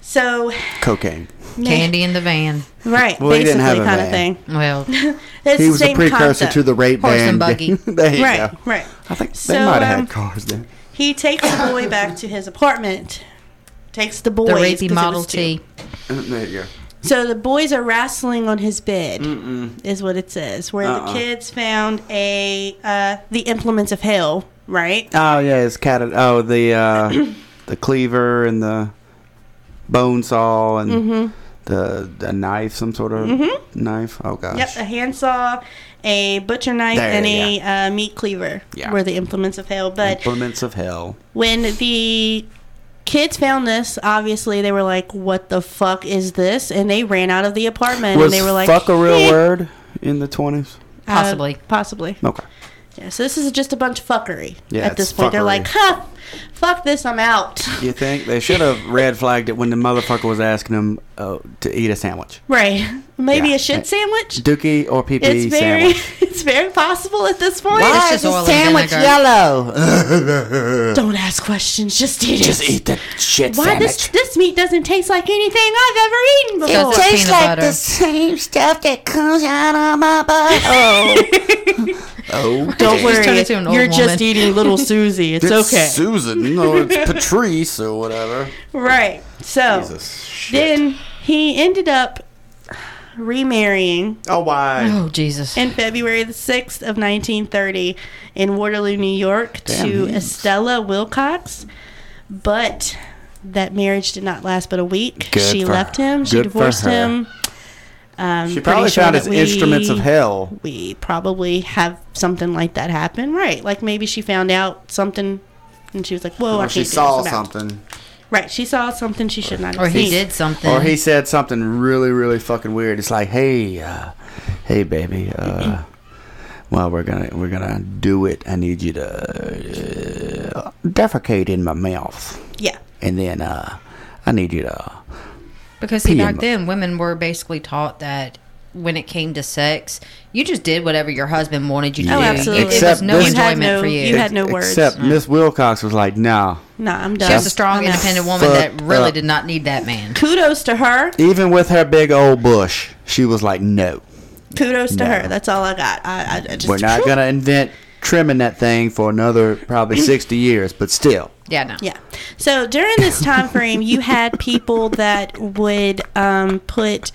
Speaker 2: So,
Speaker 3: Cocaine.
Speaker 4: Candy in the van.
Speaker 2: right,
Speaker 3: Well, he
Speaker 2: basically,
Speaker 3: didn't have a
Speaker 2: kind of
Speaker 3: van.
Speaker 2: thing.
Speaker 4: Well,
Speaker 2: It's
Speaker 3: he
Speaker 2: the
Speaker 3: was a
Speaker 2: same
Speaker 3: precursor
Speaker 2: concept.
Speaker 3: to the rape
Speaker 4: Horse
Speaker 3: band.
Speaker 4: and buggy.
Speaker 3: there you
Speaker 2: Right,
Speaker 3: go.
Speaker 2: right.
Speaker 3: I think they
Speaker 2: So,
Speaker 3: might have
Speaker 2: um,
Speaker 3: had cars then.
Speaker 2: He takes the boy back to his apartment. Takes the boys.
Speaker 4: the
Speaker 2: 'cause
Speaker 4: rapey
Speaker 2: it was
Speaker 4: Model
Speaker 2: two.
Speaker 4: T.
Speaker 3: Uh, There you go.
Speaker 2: So the boys are wrestling on his bed, is what it says. Where
Speaker 3: Uh-uh.
Speaker 2: the kids found a uh, the implements of hell, right?
Speaker 3: Oh yeah, it's cat. Oh the uh, the cleaver and the bone saw and
Speaker 2: Mm-hmm.
Speaker 3: the the knife, some sort of knife. Oh gosh.
Speaker 2: Yep, a handsaw, a butcher knife,
Speaker 3: There,
Speaker 2: and a uh, meat cleaver
Speaker 3: Yeah.
Speaker 2: were the implements of hell. But
Speaker 3: Implements of hell.
Speaker 2: when the kids found this, obviously they were like, "What the fuck is this?" And they ran out of the apartment. and
Speaker 3: Was
Speaker 2: they were like,
Speaker 3: fuck a real
Speaker 2: "Eh."
Speaker 3: word in the 20s?
Speaker 2: Uh,
Speaker 1: Possibly.
Speaker 2: possibly.
Speaker 3: Okay.
Speaker 2: Yeah, so this is just a bunch of fuckery
Speaker 3: Yeah,
Speaker 2: at this
Speaker 3: it's
Speaker 2: point. They're
Speaker 3: fuckery.
Speaker 2: like, huh, fuck this, I'm out.
Speaker 3: You think they should have red flagged it when the motherfucker was asking him uh, to eat a sandwich,
Speaker 2: Right. Maybe
Speaker 3: Yeah.
Speaker 2: a shit sandwich?
Speaker 3: dookie or pee
Speaker 2: It's
Speaker 3: pee
Speaker 2: very
Speaker 3: sandwich?
Speaker 2: it's very possible at this point.
Speaker 1: Why It's is just the oil and sandwich vinegar.
Speaker 3: yellow?
Speaker 2: Don't ask questions, just eat it.
Speaker 3: Just eat the shit
Speaker 2: Why this
Speaker 3: sandwich.
Speaker 2: this meat doesn't taste like anything I've ever eaten
Speaker 1: So
Speaker 2: before.
Speaker 1: it's a peanut butter.
Speaker 3: same stuff that comes out of my butt. Oh, oh.
Speaker 2: Don't
Speaker 1: Just turn it to an old
Speaker 2: you're
Speaker 1: woman.
Speaker 2: just eating little Susie. It's okay.
Speaker 3: Susan or it's Patrice or whatever.
Speaker 2: right. So
Speaker 3: Jesus. Shit.
Speaker 2: Oh. then he ended up remarrying
Speaker 3: oh, why?
Speaker 1: Oh Jesus!
Speaker 2: in February the 6th of 1930 in Waterloo, New York
Speaker 3: Damn,
Speaker 2: to
Speaker 3: he-
Speaker 2: Estella Wilcox. But that marriage did not last but a week.
Speaker 3: Good
Speaker 2: she
Speaker 3: for
Speaker 2: left him. She
Speaker 3: good for
Speaker 2: divorced
Speaker 3: her.
Speaker 2: him. Um,
Speaker 3: She probably
Speaker 2: pretty sure
Speaker 3: found
Speaker 2: that
Speaker 3: his instruments of
Speaker 2: we-
Speaker 3: hell.
Speaker 2: We probably have something like that happen, right? Like maybe she found out something, and she was like, "Whoa, I
Speaker 3: Or
Speaker 2: can't
Speaker 3: she
Speaker 2: do this.
Speaker 3: saw
Speaker 2: I'm out."
Speaker 3: something.
Speaker 2: Right? She saw something she should not.
Speaker 1: Or
Speaker 2: Have
Speaker 1: he
Speaker 2: seen.
Speaker 1: did something.
Speaker 3: Or he said something really, really fucking weird. It's like, hey, uh, hey, baby. Uh, well, we're gonna we're gonna do it. I need you to uh, defecate in my mouth,
Speaker 2: Yeah.
Speaker 3: and then uh, I need you to.
Speaker 1: Because see,
Speaker 3: PM.
Speaker 1: back then, women were basically taught that when it came to sex, you just did whatever your husband wanted you to
Speaker 2: Oh,
Speaker 1: do.
Speaker 2: absolutely.
Speaker 1: It, it was
Speaker 3: Except
Speaker 1: no
Speaker 3: this-
Speaker 2: You had
Speaker 1: enjoyment
Speaker 2: no-
Speaker 1: for you.
Speaker 2: you had- no words.
Speaker 3: Except Miss Wilcox was like, nah.
Speaker 2: Nah, I'm done.
Speaker 1: she was a strong,
Speaker 2: I'm out.
Speaker 1: independent woman that
Speaker 3: fucked
Speaker 1: really
Speaker 3: up.
Speaker 1: did not need that man.
Speaker 2: Kudos to her.
Speaker 3: Even with her big old bush, she was like, no.
Speaker 2: Kudos to
Speaker 3: No.
Speaker 2: her. That's all I got. I, I, I just
Speaker 3: We're not gonna invent trimming that thing for another probably sixty years, but still.
Speaker 1: Yeah, no.
Speaker 2: Yeah. So during this time frame, you had people that would um, put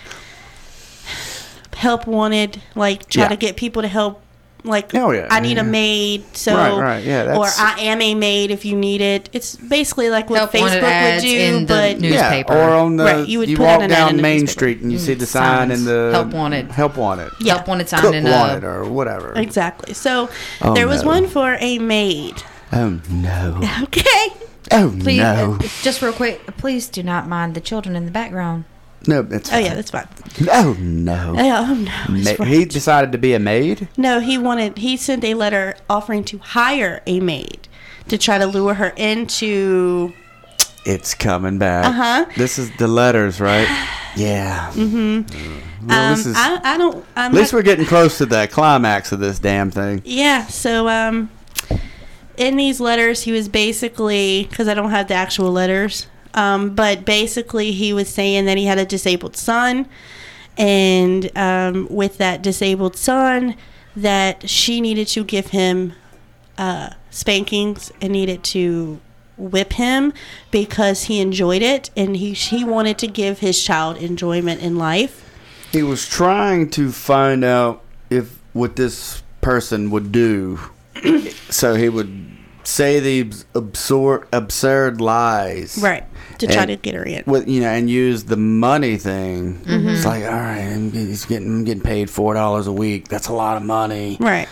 Speaker 2: help wanted, like try
Speaker 3: Yeah.
Speaker 2: to get people to help. Like,
Speaker 3: Oh, yeah.
Speaker 2: I need
Speaker 3: Yeah.
Speaker 2: a maid, so
Speaker 3: Right, right. Yeah,
Speaker 2: or
Speaker 3: that's-
Speaker 2: I am a maid if you need it. It's basically like what
Speaker 1: Help wanted
Speaker 2: Facebook would
Speaker 1: ads
Speaker 2: do,
Speaker 1: in the
Speaker 2: but
Speaker 1: news- newspaper. Mm,
Speaker 3: Yeah, or on the
Speaker 2: Right,
Speaker 3: you,
Speaker 2: you would put out
Speaker 3: walk
Speaker 2: an ad in
Speaker 3: down
Speaker 2: the
Speaker 3: Main
Speaker 2: newspaper.
Speaker 3: Street and you see the sign
Speaker 1: signs.
Speaker 3: and the
Speaker 1: Help wanted.
Speaker 3: help wanted,
Speaker 2: Yeah.
Speaker 1: Help wanted
Speaker 3: cook
Speaker 1: sign in uh,
Speaker 3: wanted,
Speaker 1: a
Speaker 3: or whatever.
Speaker 2: exactly. So
Speaker 3: Oh,
Speaker 2: there was
Speaker 3: no.
Speaker 2: one for a maid.
Speaker 3: Oh no!
Speaker 2: Okay,
Speaker 3: Oh
Speaker 1: Please,
Speaker 3: no!
Speaker 1: uh, just real quick, please do not mind the children in the background.
Speaker 3: No, it's
Speaker 2: oh yeah, that's fine.
Speaker 3: oh no!
Speaker 2: Oh no, it's
Speaker 3: Ma-
Speaker 2: right.
Speaker 3: he decided to be a maid.
Speaker 2: No, he wanted. He sent a letter offering to hire a maid to try to lure her into.
Speaker 3: It's coming back.
Speaker 2: Uh-huh.
Speaker 3: This is the letters, right? Yeah. Mm-hmm. Well,
Speaker 2: Um,
Speaker 3: this is,
Speaker 2: I, I don't. I'm
Speaker 3: at least
Speaker 2: not-
Speaker 3: we're getting close to the climax of this damn thing.
Speaker 2: yeah. So um, in these letters, he was basically because I don't have the actual letters. Um, but basically, he was saying that he had a disabled son, and um, with that disabled son, that she needed to give him uh, spankings and needed to whip him because he enjoyed it and he he wanted to give his child enjoyment in life.
Speaker 3: He was trying to find out if what this person would do, so he would say these absurd, absurd lies,
Speaker 2: Right. To try
Speaker 3: And-
Speaker 2: to get her in.
Speaker 3: With you know, and use the money thing.
Speaker 2: Mm-hmm.
Speaker 3: It's like, all right, I'm, he's getting I'm getting paid four dollars a week. That's a lot of money.
Speaker 2: Right.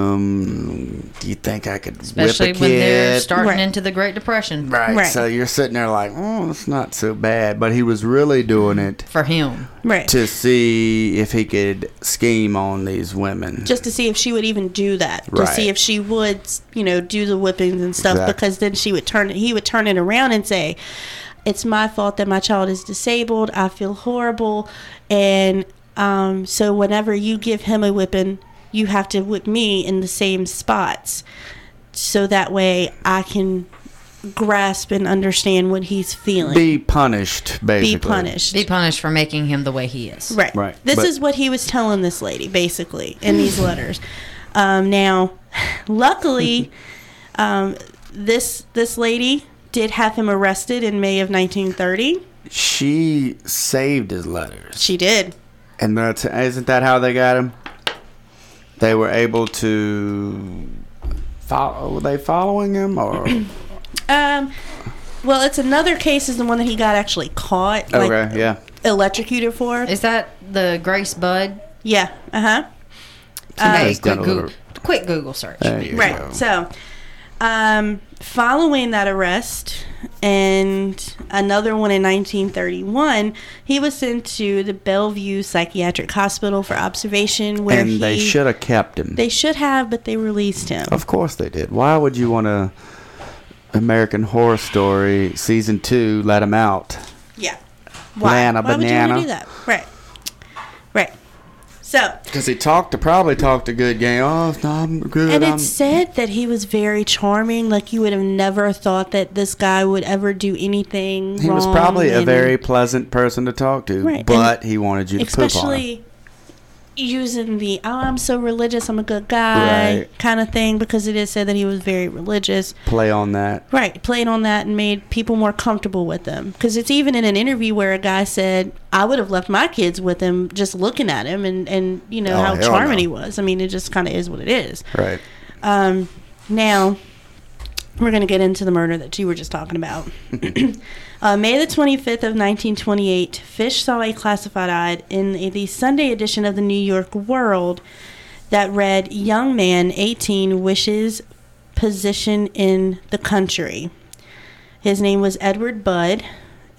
Speaker 3: Um, do you think I could
Speaker 1: Especially
Speaker 3: whip a
Speaker 1: when they're
Speaker 3: kid?
Speaker 1: starting
Speaker 2: Right.
Speaker 1: into the Great Depression
Speaker 3: right.
Speaker 2: Right.
Speaker 3: So you're sitting there like, oh, it's not so bad. But he was really doing it
Speaker 1: for him.
Speaker 2: Right.
Speaker 3: to see if he could scheme on these women.
Speaker 2: just to see if she would even do that. To
Speaker 3: Right.
Speaker 2: see if she would, you know, do the whippings and stuff
Speaker 3: Exactly.
Speaker 2: because then she would turn he would turn it around and say, "It's my fault that my child is disabled. I feel horrible." And um, so whenever you give him a whipping, you have to whip me in the same spots. So that way I can grasp and understand what he's feeling. Be,
Speaker 3: be punished, basically.
Speaker 2: punished.
Speaker 1: Be punished for making him the way he is.
Speaker 2: Right.
Speaker 3: Right.
Speaker 2: This
Speaker 3: But-
Speaker 2: is what he was telling this lady, basically, in these letters. Um, now, luckily, um, this this lady did have him arrested in May of 1930.
Speaker 3: She saved his letters,
Speaker 2: She did.
Speaker 3: and that's isn't that how they got him? They were able to follow. Were they following him, or
Speaker 2: Um, well, it's another case is the one that he got actually caught, like
Speaker 3: okay, yeah,
Speaker 2: electrocuted for.
Speaker 1: Is that the Grace Bud? Uh,
Speaker 2: yeah. Uh huh.
Speaker 1: Hey,
Speaker 3: Somebody's
Speaker 1: quick,
Speaker 3: done a
Speaker 1: Google,
Speaker 3: little-
Speaker 1: quick Google search.
Speaker 3: There you
Speaker 2: Right.
Speaker 3: go.
Speaker 2: So, Um, following that arrest and another one in 1931, he was sent to the Bellevue Psychiatric Hospital for observation, where
Speaker 3: and they
Speaker 2: he-
Speaker 3: should have kept him.
Speaker 2: they should have, but they released him.
Speaker 3: Of course they did. Why would you want to American Horror Story season two let him out?
Speaker 2: Yeah.
Speaker 3: Banana,
Speaker 2: Why would you want
Speaker 3: banana.
Speaker 2: to do that? Right. Right. So,
Speaker 3: Because he talked to probably talked a good game. Oh, no, I'm good.
Speaker 2: and
Speaker 3: I'm-
Speaker 2: it's said that he was very charming. Like you would have never thought that this guy would ever do anything.
Speaker 3: he was
Speaker 2: wrong
Speaker 3: probably a
Speaker 2: and-
Speaker 3: very pleasant person to talk to,
Speaker 2: Right, and
Speaker 3: but he wanted you to poop on him.
Speaker 2: especially using the "oh, I'm so religious, I'm a good guy"
Speaker 3: Right.
Speaker 2: kind of thing because it is said that he was very religious.
Speaker 3: Play on that.
Speaker 2: Right, played on that and made people more comfortable with him. Because it's even in an interview where a guy said, "I would have left my kids with him just looking at him and and you know
Speaker 3: Oh,
Speaker 2: how
Speaker 3: hell
Speaker 2: charming
Speaker 3: no.
Speaker 2: he was." I mean, it just kind of is what it is.
Speaker 3: Right.
Speaker 2: Um, now, we're going to get into the murder that you were just talking about. uh, May the 25th of 1928, Fish saw a classified ad in the Sunday edition of the New York World that read, Young man, 18, wishes position in the country. His name was Edward Budd,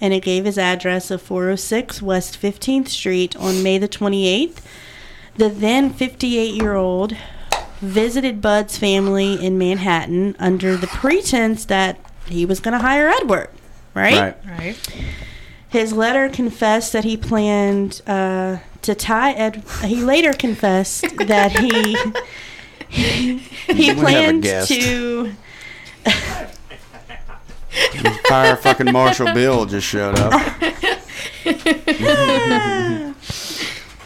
Speaker 2: and it gave his address of 406 West 15th Street on May the 28th. The then 58 year old visited Bud's family in Manhattan under the pretense that he was going to hire Edward, right?
Speaker 3: Right.
Speaker 4: Right.
Speaker 2: His letter confessed that he planned uh, to tie Ed. He later confessed that he he,
Speaker 3: have a
Speaker 2: planned
Speaker 3: guest.
Speaker 2: to
Speaker 3: Fire fucking Marshall Bill just showed up.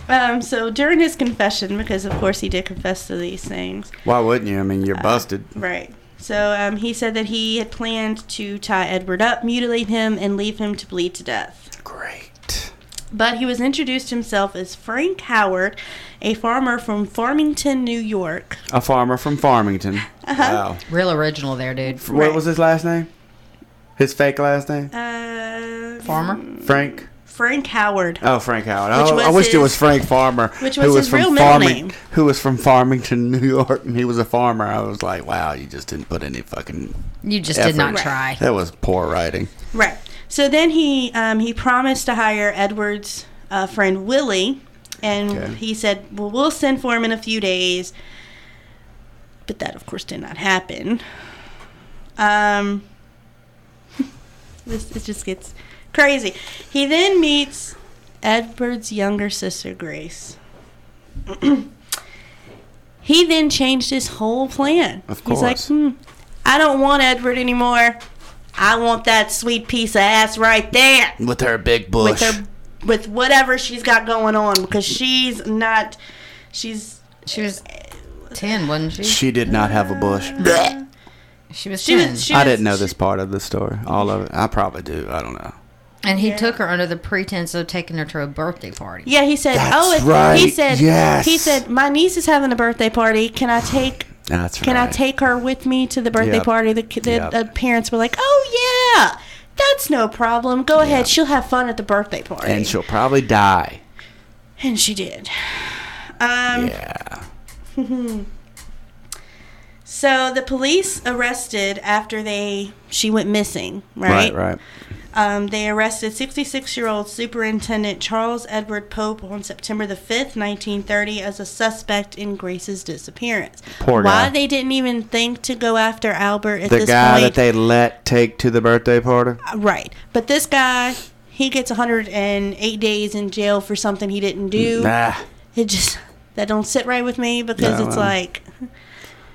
Speaker 2: Um, so during his confession, because of course he did confess to these things,
Speaker 3: Why wouldn't you? I mean, you're busted.
Speaker 2: right? So um, he said that he had planned to tie Edward up, mutilate him, and leave him to bleed to death.
Speaker 3: Great.
Speaker 2: But he was introduced himself as Frank Howard, a farmer from Farmington, New York.
Speaker 3: A farmer from Farmington.
Speaker 2: Uh-huh.
Speaker 3: Wow.
Speaker 1: Real original there, dude.
Speaker 3: F- What was his last name? His fake last name?
Speaker 2: Uh,
Speaker 1: Farmer.
Speaker 3: Frank.
Speaker 2: Frank Howard.
Speaker 3: Oh, Frank Howard.
Speaker 2: Which
Speaker 3: Oh, I
Speaker 2: was
Speaker 3: wish it
Speaker 2: his-
Speaker 3: was Frank Farmer,
Speaker 2: which was his real middle
Speaker 3: Farming,
Speaker 2: name.
Speaker 3: who was from Farmington, New York, and he was a farmer. I was like, wow, you just didn't put any fucking.
Speaker 1: You just
Speaker 3: Effort.
Speaker 1: did not
Speaker 3: Right.
Speaker 1: try.
Speaker 3: That was poor writing.
Speaker 2: Right. So then he um, he promised to hire Edward's uh, friend Willie, and
Speaker 3: Okay.
Speaker 2: he said, "Well, we'll send for him in a few days." But that, of course, did not happen. Um, this it just gets crazy. He then meets Edward's younger sister Grace. he then changed his whole plan.
Speaker 3: Of
Speaker 2: He's like,
Speaker 3: course.
Speaker 2: hmm, I don't want Edward anymore. I want that sweet piece of ass right there
Speaker 3: With her big
Speaker 2: with
Speaker 3: bush.
Speaker 2: her, with whatever she's got going on because she's not, she's
Speaker 1: She was ten, wasn't she?
Speaker 3: she did not have a bush.
Speaker 1: She was
Speaker 2: she
Speaker 1: ten,
Speaker 2: was she was-
Speaker 3: I didn't know
Speaker 2: she-
Speaker 3: this part of the story. All of it. I probably do. I don't know.
Speaker 1: and he took her under the pretense of taking her to a birthday party.
Speaker 2: Yeah, he said.
Speaker 3: That's
Speaker 2: oh, it's, he
Speaker 3: right,
Speaker 2: said.
Speaker 3: yes.
Speaker 2: He said my niece is having a birthday party. Can I take?
Speaker 3: That's
Speaker 2: Can
Speaker 3: right.
Speaker 2: I take her with me to the birthday
Speaker 3: Yep.
Speaker 2: party? The, ki- the
Speaker 3: Yep.
Speaker 2: uh, parents were like, "Oh yeah, that's no problem. Go ahead. She'll have fun at the birthday party."
Speaker 3: And she'll probably die.
Speaker 2: And she did. Um,
Speaker 3: Yeah.
Speaker 2: So the police arrested after they she went missing.
Speaker 3: Right, right.
Speaker 2: Um, they arrested 66 year old Superintendent Charles Edward Pope on September the 5th, 1930, as a suspect in Grace's disappearance.
Speaker 3: Poor
Speaker 2: Why
Speaker 3: guy.
Speaker 2: they didn't even think to go after Albert at
Speaker 3: The
Speaker 2: this
Speaker 3: guy
Speaker 2: point. uh,
Speaker 3: that they let take to the birthday party.
Speaker 2: right. But this guy, he gets 108 days in jail for something he didn't do.
Speaker 3: Nah.
Speaker 2: It just, that don't sit right with me because
Speaker 3: No,
Speaker 2: it's
Speaker 3: well.
Speaker 2: like,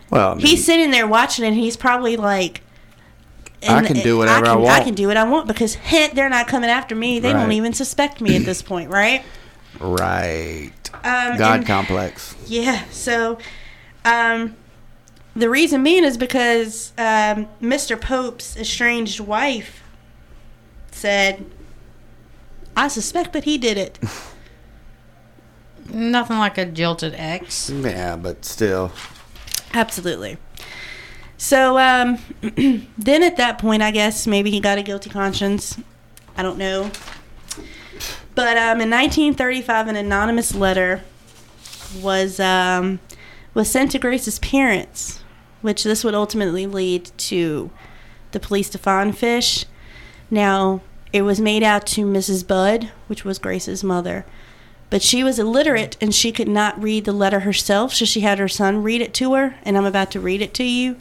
Speaker 3: Well, I mean,
Speaker 2: he's sitting there watching it and he's probably like
Speaker 3: I
Speaker 2: and
Speaker 3: can
Speaker 2: it-
Speaker 3: do whatever I
Speaker 2: can,
Speaker 3: want.
Speaker 2: I can do what I want because heh, they're not coming after me. They don't
Speaker 3: Right.
Speaker 2: even suspect me at this point, right?
Speaker 3: right.
Speaker 2: Um,
Speaker 3: God
Speaker 2: and-
Speaker 3: complex.
Speaker 2: Yeah. So, um, the reason being is because um, Mr. Pope's estranged wife said, "I suspect that he did it."
Speaker 1: Nothing like a jilted ex.
Speaker 3: Yeah, but still.
Speaker 2: Absolutely. So um, then, at that point, I guess maybe he got a guilty conscience. I don't know. But um, in 1935, an anonymous letter was um, was sent to Grace's parents which this would ultimately lead to the police to find fish. Now, it was made out to Mrs. Budd, which was Grace's mother, but she was illiterate and she could not read the letter herself, so she had her son read it to her, and I'm about to read it to you.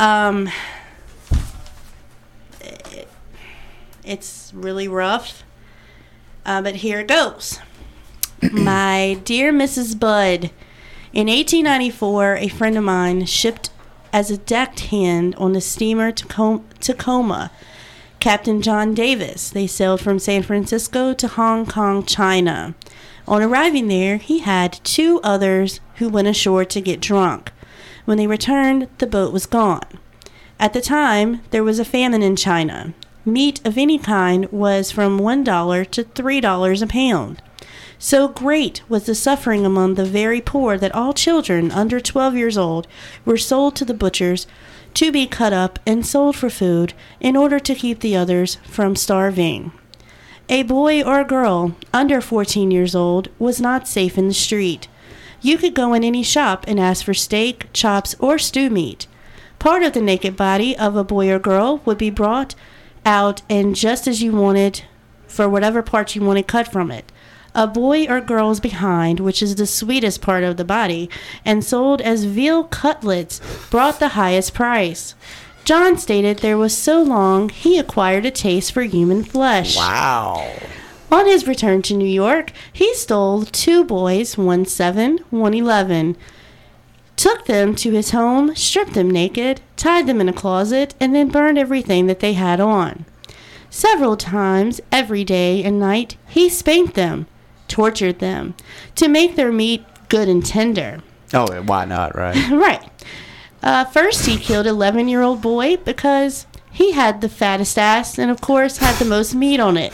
Speaker 2: Um, it- it's really rough, uh, but here it goes. My dear Mrs. Budd, in 1894, a friend of mine shipped as a deckhand on the steamer Tacoma, Tacoma, Captain John Davis. They sailed from San Francisco to Hong Kong, China. On arriving there, he had two others who went ashore to get drunk. When they returned, the boat was gone. At the time, there was a famine in China. Meat of any kind was from $1 to $3 a pound. So great was the suffering among the very poor that all children under 12 years old were sold to the butchers to be cut up and sold for food in order to keep the others from starving. A boy or girl under 14 years old was not safe in the street. You could go in any shop and ask for steak, chops, or stew meat. Part of the naked body of a boy or girl would be brought out and just as you wanted for whatever part you wanted cut from it. A boy or girl's behind, which is the sweetest part of the body, and sold as veal cutlets, brought the highest price. John stated there was so long he acquired a taste for human flesh. On his return to New York, he stole two boys, one seven, one eleven, took them to his home, stripped them naked, tied them in a closet, and then burned everything that they had on. Several times every day and night, he spanked them, tortured them, to make their meat good and tender.
Speaker 3: Oh, and why not, right?
Speaker 2: Right. Uh, first, he killed 11 year old boy because he had the fattest ass and, of course, had the most meat on it.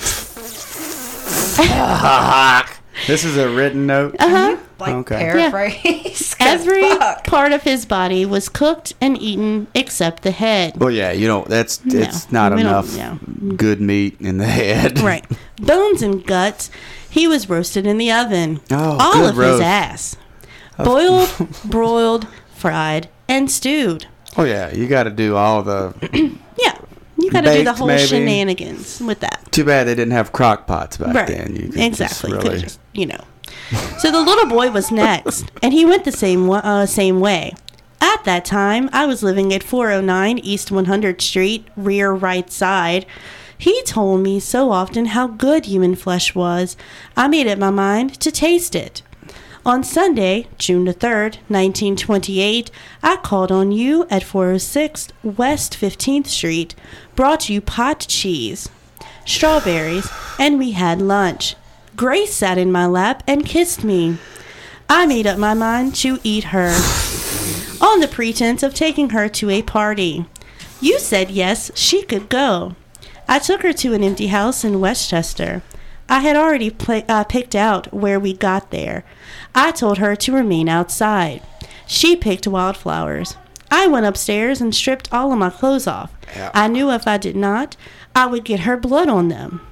Speaker 3: this is a written note.
Speaker 2: Uh-huh.
Speaker 4: Like
Speaker 3: Okay.
Speaker 4: paraphrase. 'Cause
Speaker 2: Every
Speaker 4: fuck.
Speaker 2: part of his body was cooked and eaten except the head.
Speaker 3: Well, yeah, you don't. That's it's not
Speaker 2: we don't-
Speaker 3: enough
Speaker 2: yeah.
Speaker 3: good meat in the head.
Speaker 2: Right. Bones and guts. He was roasted in the oven.
Speaker 3: Oh,
Speaker 2: All
Speaker 3: good
Speaker 2: of his
Speaker 3: roast.
Speaker 2: ass. Boiled, broiled, fried, and stewed.
Speaker 3: Oh yeah, you got to do all the.
Speaker 2: Yeah. You got to do the
Speaker 3: Baked,
Speaker 2: whole
Speaker 3: maybe.
Speaker 2: shenanigans with that.
Speaker 3: Too bad they didn't have crock pots back
Speaker 2: right.
Speaker 3: then. You could just
Speaker 2: exactly. Could've
Speaker 3: really-
Speaker 2: just, you know. So the little boy was next, and he went the same wa- uh, same way. At that time, I was living at 409 East 100th Street, rear right side. He told me so often how good human flesh was. I made up my mind to taste it. On Sunday, June the 3rd, 1928, I called on you at 406 West 15th Street, brought you pot cheese, strawberries, and we had lunch. Grace sat in my lap and kissed me. I made up my mind to eat her on the pretense of taking her to a party. You said yes, she could go. I took her to an empty house in Westchester. I had already pla uh, picked out where we got there. I told her to remain outside. She picked wildflowers. I went upstairs and stripped all of my clothes off. I knew if I did not, I would get her blood on them.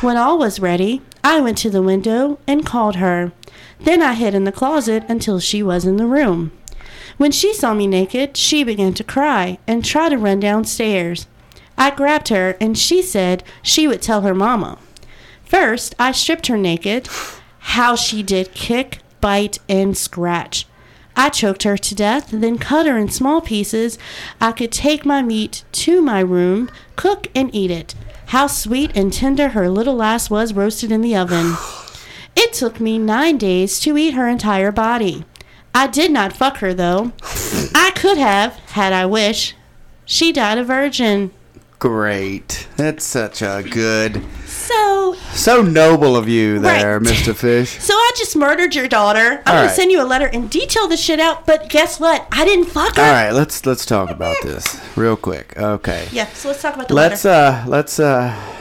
Speaker 2: When all was ready, I went to the window and called her. Then I hid in the closet until she was in the room. When she saw me naked, she began to cry and try to run downstairs. I grabbed her and she said she would tell her mama. First, I stripped her naked. How she did kick, bite, and scratch. I choked her to death, then cut her in small pieces. I could take my meat to my room, cook, and eat it. How sweet and tender her little ass was roasted in the oven. It took me nine days to eat her entire body. I did not fuck her, though. I could have, had I wished. She died a virgin.
Speaker 3: Great. That's such a good,
Speaker 2: So
Speaker 3: so noble of you there,
Speaker 2: Right.
Speaker 3: Mr. Fish.
Speaker 2: So I just murdered your daughter. I'm
Speaker 3: All
Speaker 2: gonna
Speaker 3: right.
Speaker 2: send you a letter and detail the shit out. But guess what? I didn't fuck her.
Speaker 3: All right, let's let's talk about this real quick. Okay.
Speaker 2: Yeah. So let's talk about the
Speaker 3: Let's
Speaker 2: letter.
Speaker 3: uh let's uh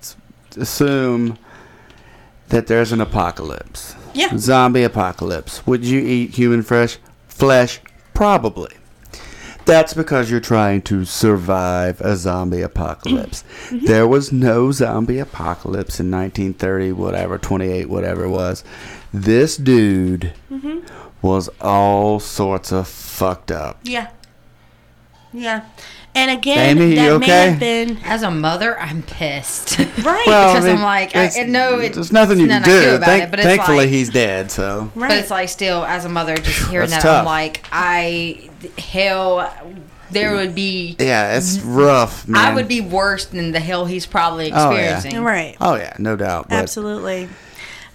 Speaker 3: s- assume that there's an apocalypse.
Speaker 2: Yeah.
Speaker 3: Zombie apocalypse. Would you eat human flesh? Flesh probably. That's because you're trying to survive a zombie apocalypse.
Speaker 1: Mm-hmm.
Speaker 3: There was no zombie apocalypse
Speaker 1: Mm-hmm.
Speaker 3: in 1930, whatever, 28, whatever it was. This dude was all sorts of fucked up.
Speaker 2: Yeah. Yeah. And again,
Speaker 3: Amy, you
Speaker 2: that may
Speaker 3: okay?
Speaker 2: have been
Speaker 1: As a mother, I'm pissed.
Speaker 2: right.
Speaker 3: Well,
Speaker 1: Because
Speaker 3: I mean,
Speaker 1: I'm like, I-
Speaker 3: it's-
Speaker 1: no, it-
Speaker 3: there's nothing you
Speaker 1: it's
Speaker 3: can
Speaker 1: nothing I can
Speaker 3: do.
Speaker 1: do about
Speaker 3: Thank-
Speaker 1: it, but it's
Speaker 3: thankfully,
Speaker 1: like-
Speaker 3: he's dead. So
Speaker 2: right.
Speaker 1: But it's like still, as a mother, just hearing that,
Speaker 3: that's
Speaker 1: I'm
Speaker 3: tough.
Speaker 1: like, I hell, there would be,
Speaker 3: yeah, it's rough, man.
Speaker 1: Mm-hmm. I would be worse than the hell he's probably
Speaker 3: Oh, yeah.
Speaker 1: experiencing.
Speaker 2: right.
Speaker 3: Oh yeah, no doubt. But
Speaker 2: Absolutely.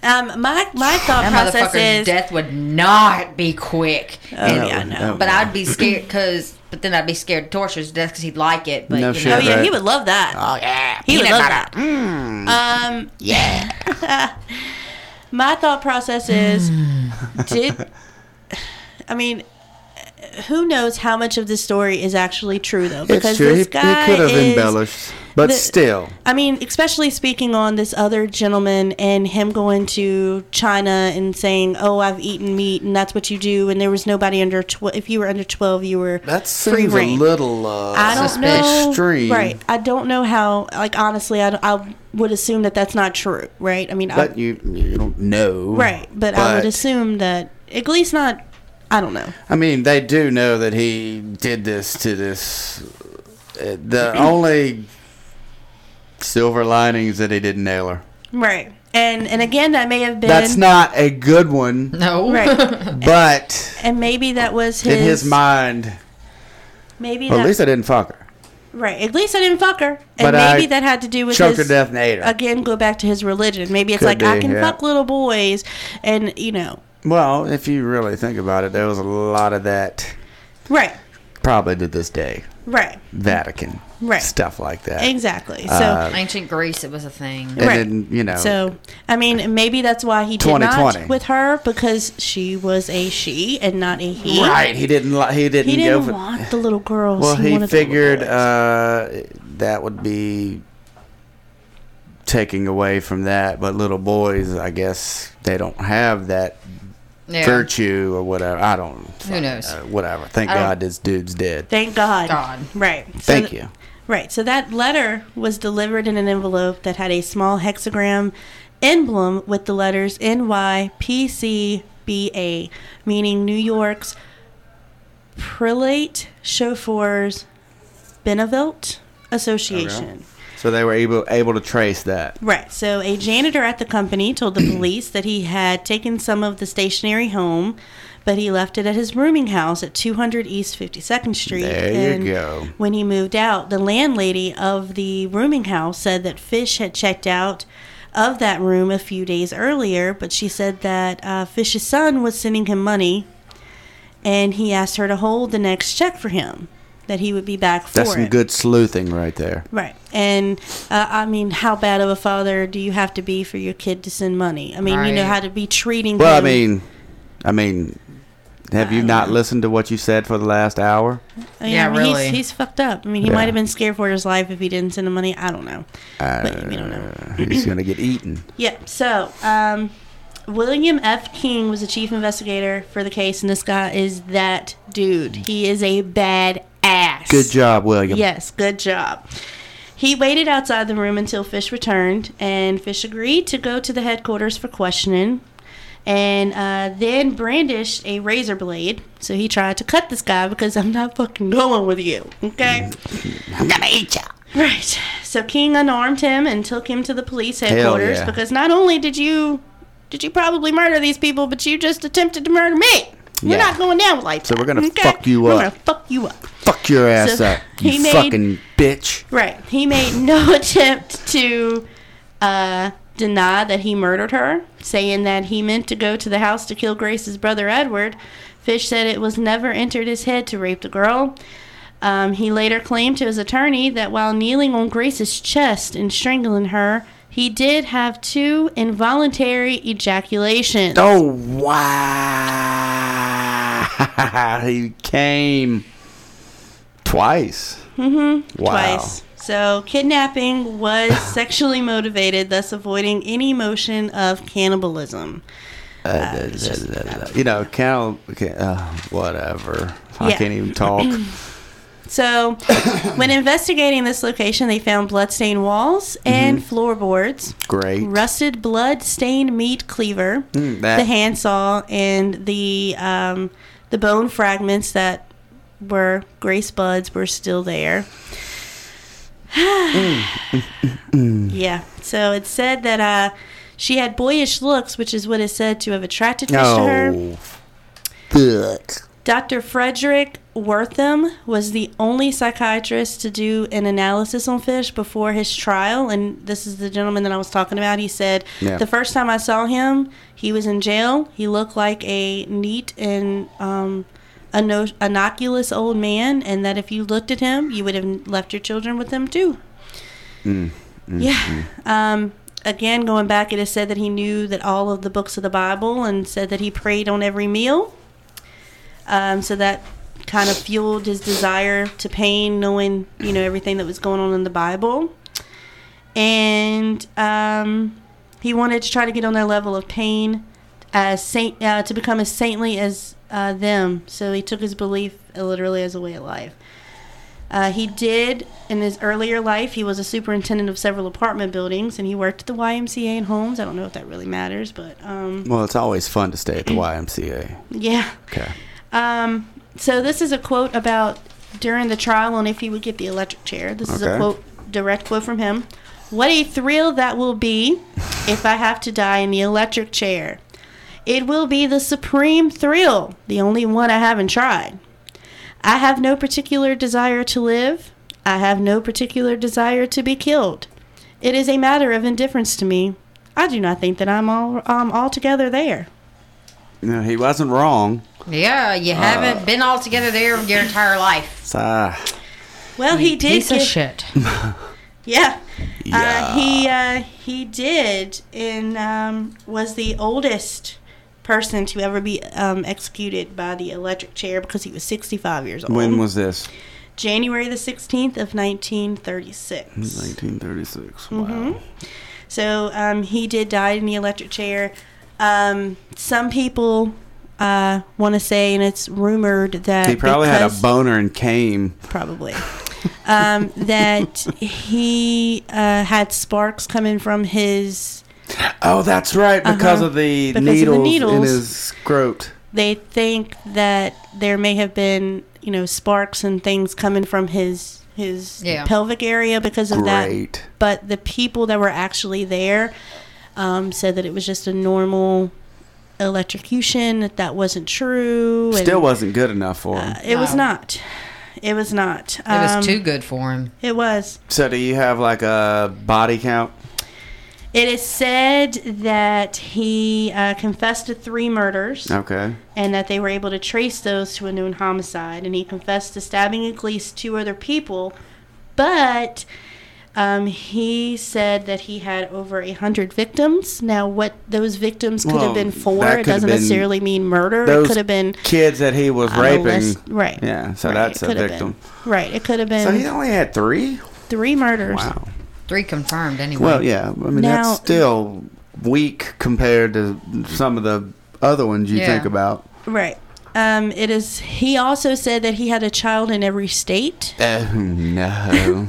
Speaker 2: Um, my my thought
Speaker 1: That
Speaker 2: process
Speaker 1: motherfucker's
Speaker 2: is
Speaker 1: death would not be quick.
Speaker 2: Oh,
Speaker 1: And-
Speaker 2: yeah, no.
Speaker 1: But I'd be scared because, but then I'd be scared to torture his death because he'd like it. But
Speaker 3: No
Speaker 1: you know,
Speaker 3: shit.
Speaker 2: Oh yeah,
Speaker 3: Right.
Speaker 2: he would love that.
Speaker 3: Oh yeah,
Speaker 2: he would
Speaker 1: peanut
Speaker 2: love that. Um, yeah. my thought process is,
Speaker 3: Mm.
Speaker 2: did I mean, who knows how much of this story is actually true though?
Speaker 3: It's true. He, he could have
Speaker 2: is-
Speaker 3: embellished, but
Speaker 2: the-
Speaker 3: still,
Speaker 2: I mean, especially speaking on this other gentleman and him going to China and saying, "Oh, I've eaten meat, and that's what you do." And there was nobody under twelve. If you were under twelve, you were
Speaker 3: that
Speaker 2: free
Speaker 3: seems a
Speaker 2: reign.
Speaker 3: little uh,
Speaker 2: I don't know.
Speaker 3: extreme.
Speaker 2: Right. I don't know how. Like honestly, I, I would assume that that's not true. Right. I mean, I,
Speaker 3: But you, you don't know.
Speaker 2: right. But, I would assume that at least not. I don't know.
Speaker 3: I mean, they do know that he did this to this. uh, The only silver lining is that he didn't nail her.
Speaker 2: Right. And and again, that may have been.
Speaker 3: That's not a good one,
Speaker 1: no.
Speaker 2: Right.
Speaker 3: but
Speaker 2: and maybe that was his.
Speaker 3: in his mind,
Speaker 2: Maybe
Speaker 3: well,
Speaker 2: that.
Speaker 3: at least I didn't fuck her.
Speaker 2: right. At least I didn't fuck her. And
Speaker 3: But
Speaker 2: maybe
Speaker 3: I
Speaker 2: that had to do with
Speaker 3: Choked her
Speaker 2: his.
Speaker 3: to death and ate her.
Speaker 2: Again, go back to his religion. Maybe it's
Speaker 3: Could
Speaker 2: like I
Speaker 3: be,
Speaker 2: can
Speaker 3: yeah.
Speaker 2: fuck little boys, and you know,
Speaker 3: Well, if you really think about it, there was a lot of that
Speaker 2: right,
Speaker 3: probably to this day.
Speaker 2: right,
Speaker 3: Vatican.
Speaker 2: Right.
Speaker 3: Stuff like that.
Speaker 2: exactly. So
Speaker 3: Uh,
Speaker 1: Ancient Greece, it was a thing.
Speaker 3: And
Speaker 2: Right.
Speaker 3: then, you know,
Speaker 2: So, I mean, maybe that's why he did
Speaker 3: 2020.
Speaker 2: not with her because she was a she and not a he.
Speaker 3: right, he didn't li- he didn't
Speaker 2: He
Speaker 3: go
Speaker 2: didn't
Speaker 3: for
Speaker 2: want the little girls.
Speaker 3: Well, he
Speaker 2: wanted the little
Speaker 3: figured
Speaker 2: boys.
Speaker 3: uh, that would be taking away from that, but little boys, I guess they don't have that
Speaker 1: Yeah.
Speaker 3: virtue or whatever. I don't.
Speaker 1: Who knows?
Speaker 3: Uh, whatever. Thank
Speaker 1: I don't-
Speaker 3: God this dude's dead.
Speaker 2: Thank God.
Speaker 1: God.
Speaker 2: Right. So
Speaker 3: Thank
Speaker 2: th-
Speaker 3: you.
Speaker 2: Right. So that letter was delivered in an envelope that had a small hexagram emblem with the letters NYPCBA, meaning New York's Prelate Chauffeurs Benevolt Association.
Speaker 3: So they were able able to trace that.
Speaker 2: Right. So a janitor at the company told the police that he had taken some of the stationery home, but he left it at his rooming house at 200 East 52nd Street.
Speaker 3: There you
Speaker 2: and
Speaker 3: go.
Speaker 2: When he moved out, the landlady of the rooming house said that Fish had checked out of that room a few days earlier, but she said that uh, Fish's son was sending him money, and he asked her to hold the next check for him, that he would be back for
Speaker 3: That's
Speaker 2: it.
Speaker 3: some good sleuthing right there.
Speaker 2: Right. And uh, I mean, how bad of a father do you have to be for your kid to send money? I mean, you know
Speaker 1: Right.
Speaker 2: how to be treating
Speaker 3: Well, I
Speaker 2: him.
Speaker 3: mean, I mean, have you not listened to what you said for the last hour?
Speaker 2: I mean,
Speaker 1: Yeah,
Speaker 2: I mean, he's-
Speaker 1: really.
Speaker 2: He's, fucked up. I mean, he
Speaker 3: Yeah.
Speaker 2: might have been scared for his life if he didn't send him money. I don't know. but we don't know.
Speaker 3: Uh, he's gonna get eaten.
Speaker 2: Yeah. So, um, William F. King was the chief investigator for the case, and this guy is that dude. He is a bad ass.
Speaker 3: Good job, William.
Speaker 2: Yes, good job. He waited outside the room until Fish returned, and Fish agreed to go to the headquarters for questioning, and uh, then brandished a razor blade. So he tried to cut this guy because I'm not fucking going with you, okay?
Speaker 3: Mm-hmm. I'm gonna eat you.
Speaker 2: Right. So King unarmed him and took him to the police headquarters
Speaker 3: yeah.
Speaker 2: because not only did you did you probably murder these people, but you just attempted to murder me. We're
Speaker 3: Yeah.
Speaker 2: not going down like
Speaker 3: So
Speaker 2: that,
Speaker 3: we're gonna
Speaker 2: okay?
Speaker 3: fuck you
Speaker 2: We're
Speaker 3: up.
Speaker 2: gonna fuck you up.
Speaker 3: Fuck your ass
Speaker 2: So,
Speaker 3: up,
Speaker 2: he
Speaker 3: you
Speaker 2: made-
Speaker 3: fucking bitch.
Speaker 2: Right. He made no attempt to uh, deny that he murdered her, saying that he meant to go to the house to kill Grace's brother Edward. Fish said it was never entered his head to rape the girl. Um, he later claimed to his attorney that while kneeling on Grace's chest and strangling her, he did have two involuntary ejaculations.
Speaker 3: Oh wow! he came twice. Mm-hmm. Wow.
Speaker 2: twice. So, kidnapping was sexually motivated, thus avoiding any motion of cannibalism.
Speaker 3: Uh, da- da- da- da- da. you know, Cal. okay, Uh, whatever. I
Speaker 2: Yeah.
Speaker 3: can't even talk.
Speaker 2: So, when investigating this location, they found bloodstained walls
Speaker 3: Mm-hmm.
Speaker 2: and floorboards,
Speaker 3: Great.
Speaker 2: rusted blood-stained meat cleaver,
Speaker 3: Mm, that-
Speaker 2: the handsaw, and the um, the bone fragments that were Grace Bud's were still there. Yeah. So it said that uh, she had boyish looks, which is what is said to have attracted fish to her.
Speaker 3: Oh. Fuck.
Speaker 2: Dr. Frederick Wortham was the only psychiatrist to do an analysis on fish before his trial. And this is the gentleman that I was talking about. He said,
Speaker 3: Yeah.
Speaker 2: The first time I saw him, he was in jail. He looked like a neat and um, inno- innocuous old man, and that if you looked at him, you would have left your children with him too. Yeah. Um, again, going back, it is said that he knew that all of the books of the Bible and said that he prayed on every meal. Um, so that kind of fueled his desire to pain, knowing, you know, everything that was going on in the Bible. And um, he wanted to try to get on their level of pain as saint, uh, to become as saintly as uh, them. So he took his belief uh, literally as a way of life. Uh, he did in his earlier life. He was a superintendent of several apartment buildings, and he worked at the YMCA and homes. I don't know if that really matters, but um,
Speaker 3: Well, it's always fun to stay
Speaker 2: Mm.
Speaker 3: at the YMCA.
Speaker 2: yeah.
Speaker 3: Okay.
Speaker 2: Um, so this is a quote about during the trial on if he would get the electric chair. This is a
Speaker 3: Okay.
Speaker 2: quote, direct quote from him. What a thrill that will be if I have to die in the electric chair. It will be the supreme thrill, the only one I haven't tried. I have no particular desire to live. I have no particular desire to be killed. It is a matter of indifference to me. I do not think that I'm all um, altogether there.
Speaker 3: No, he wasn't wrong.
Speaker 4: Yeah, you
Speaker 3: Uh.
Speaker 4: haven't been all together there your entire life.
Speaker 3: So, ah,
Speaker 2: Well, he did.
Speaker 4: Piece of
Speaker 2: give-
Speaker 4: shit.
Speaker 1: um,
Speaker 2: Yeah.
Speaker 3: Yeah.
Speaker 2: Uh, he uh, he did and um, was the oldest person to ever be um, executed by the electric chair because he was 65 years old.
Speaker 3: when was this?
Speaker 2: January the 16th of 1936.
Speaker 3: 1936. Wow.
Speaker 2: Mm-hmm. So um, he did die in the electric chair. Um, some people uh, want to say, and it's rumored that
Speaker 3: He probably had a
Speaker 2: Uh, because-
Speaker 3: boner and came.
Speaker 2: probably um, that he uh, had sparks coming from his
Speaker 3: Oh, that's right, because
Speaker 2: Uh-huh.
Speaker 3: of the
Speaker 2: Because of the
Speaker 3: needles in
Speaker 2: needles.
Speaker 3: his scrot.
Speaker 2: they think that there may have been you know sparks and things coming from his his
Speaker 4: Yeah.
Speaker 2: pelvic area because of that
Speaker 3: Great.
Speaker 2: but the people that were actually there um, said that it was just a normal electrocution that that wasn't true and,
Speaker 3: Still wasn't good enough for him.
Speaker 2: uh, it was
Speaker 4: No.
Speaker 2: not it was not
Speaker 4: It
Speaker 2: Um,
Speaker 4: was too good for him.
Speaker 2: it was
Speaker 3: so, do you have like a body count?
Speaker 2: It is said that he uh, confessed to three murders
Speaker 3: Okay.
Speaker 2: and that they were able to trace those to a known homicide. And he confessed to stabbing at least two other people, but um, he said that he had over a hundred victims. Now, what those victims could
Speaker 3: Well,
Speaker 2: have been for
Speaker 3: that
Speaker 2: it
Speaker 3: could have
Speaker 2: doesn't
Speaker 3: been-
Speaker 2: necessarily mean murder. It
Speaker 3: those
Speaker 2: could have been
Speaker 3: Kids that he was
Speaker 2: on a
Speaker 3: raping.
Speaker 2: list- right?
Speaker 3: Yeah, so
Speaker 2: right,
Speaker 3: that's
Speaker 2: it
Speaker 3: a
Speaker 2: could have
Speaker 3: victim.
Speaker 2: Been, right? It could have been
Speaker 3: So, he only had three?
Speaker 2: three murders.
Speaker 3: Wow.
Speaker 4: Three confirmed anyway.
Speaker 3: Well, yeah. I mean,
Speaker 2: Now-
Speaker 3: that's still weak compared to some of the other ones you
Speaker 4: Yeah.
Speaker 3: think about.
Speaker 2: Right. Um, it is. He also said that he had a child in every state.
Speaker 3: Oh no!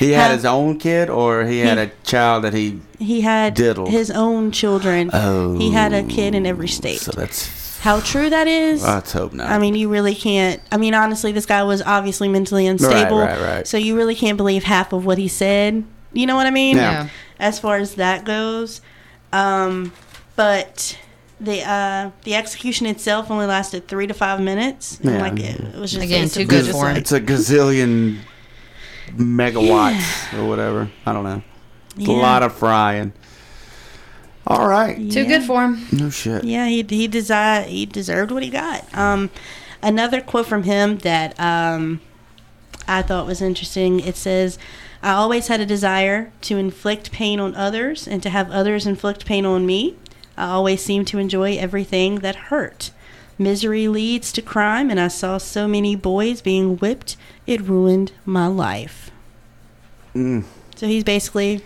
Speaker 3: he had his own kid, or he had a child that he.
Speaker 2: He had
Speaker 3: Diddled.
Speaker 2: his own children.
Speaker 3: Oh.
Speaker 2: He had a kid in every state.
Speaker 3: So that's.
Speaker 2: How true that is,
Speaker 3: Let's hope not.
Speaker 2: I mean, you really can't. I mean, honestly, this guy was obviously mentally unstable.
Speaker 3: right, right.
Speaker 2: So you really can't believe half of what he said. You know what I mean?
Speaker 3: Yeah.
Speaker 4: Yeah.
Speaker 2: As far as that goes, um, but the uh, the execution itself only lasted three to five minutes. And,
Speaker 3: Yeah.
Speaker 2: Like it, it was just
Speaker 4: Again,
Speaker 2: basically
Speaker 4: too good
Speaker 2: just
Speaker 4: for him.
Speaker 2: like-
Speaker 3: it's a gazillion megawatts or whatever. I don't know. It's A
Speaker 2: Yeah.
Speaker 3: lot of frying. All right.
Speaker 4: Too
Speaker 2: Yeah.
Speaker 4: good for him.
Speaker 3: No shit.
Speaker 2: Yeah, he he desi- he deserved what he got. Um, another quote from him that um, I thought was interesting. It says, "I always had a desire to inflict pain on others and to have others inflict pain on me. I always seemed to enjoy everything that hurt. Misery leads to crime, and I saw so many boys being whipped. It ruined my life."
Speaker 3: Mm.
Speaker 2: So he's basically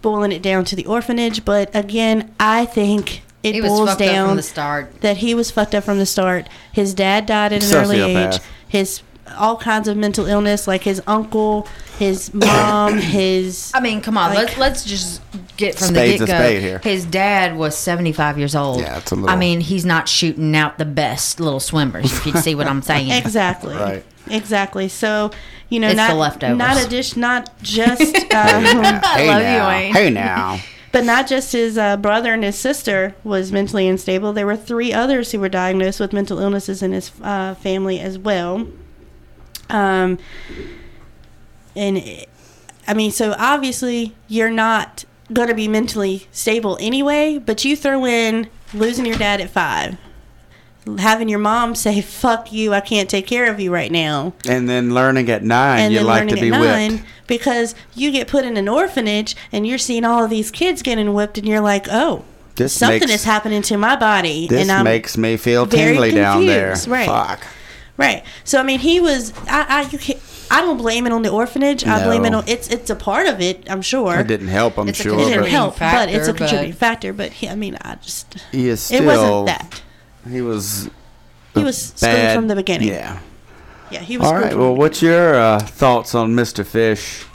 Speaker 2: boiling it down to the orphanage. But again, I think. It
Speaker 4: He was
Speaker 2: boils
Speaker 4: fucked up
Speaker 2: down
Speaker 4: from the start.
Speaker 2: that he was fucked up from the start. His dad died at an early
Speaker 3: Sociopath.
Speaker 2: age. His all kinds of mental illness, like his uncle, his mom, his.
Speaker 1: I mean, come on.
Speaker 2: Like-
Speaker 1: let's let's just get from
Speaker 3: Spade's
Speaker 1: the
Speaker 3: a
Speaker 1: get
Speaker 3: spade
Speaker 1: go.
Speaker 3: here.
Speaker 1: His dad was seventy five years old.
Speaker 3: Yeah, it's a little-
Speaker 1: I mean, he's not shooting out the best little swimmers. If you see what I'm saying.
Speaker 2: Exactly.
Speaker 3: Right.
Speaker 2: Exactly. So, you know,
Speaker 1: It's the
Speaker 2: not
Speaker 1: leftovers.
Speaker 2: not a dish, not just, uh,
Speaker 3: hey
Speaker 1: love you,
Speaker 3: now.
Speaker 1: Wayne.
Speaker 3: Hey now.
Speaker 2: but not just his uh, brother and his sister was mentally unstable. There were three others who were diagnosed with mental illnesses in his uh, family as well. Um, and it- I mean, so obviously you're not going to be mentally stable anyway, but you throw in losing your dad at five, having your mom say, fuck you, I can't take care of you right now
Speaker 3: And then learning at nine,
Speaker 2: and
Speaker 3: you
Speaker 2: then
Speaker 3: like
Speaker 2: learning
Speaker 3: to be
Speaker 2: at nine
Speaker 3: whipped.
Speaker 2: because you get put in an orphanage and you're seeing all of these kids getting whipped and you're like, oh,
Speaker 3: This
Speaker 2: something
Speaker 3: makes-
Speaker 2: is happening to my body.
Speaker 3: This
Speaker 2: and I'm,
Speaker 3: makes me feel
Speaker 2: very
Speaker 3: tingly down there.
Speaker 2: confused, right.
Speaker 3: Fuck.
Speaker 2: right. So I mean, he was. I I, you can't, I don't blame it on the orphanage. I blame it
Speaker 3: No.
Speaker 2: on it's it's a part of it. I'm sure
Speaker 3: It didn't help, I'm
Speaker 1: It's a
Speaker 3: sure.
Speaker 2: It didn't
Speaker 3: but
Speaker 1: contributing
Speaker 2: help, but it's
Speaker 1: factor,
Speaker 2: a
Speaker 1: but-
Speaker 2: contributing factor. But he, I mean, I just
Speaker 3: He is still.
Speaker 2: it wasn't that.
Speaker 3: He was.
Speaker 2: He
Speaker 3: a
Speaker 2: was screwed
Speaker 3: bad-
Speaker 2: from the beginning.
Speaker 3: Yeah.
Speaker 2: Yeah, he was.
Speaker 3: All
Speaker 2: screwed
Speaker 3: right.
Speaker 2: from
Speaker 3: Well,
Speaker 2: the
Speaker 3: what's your uh, thoughts on Mr. Fish?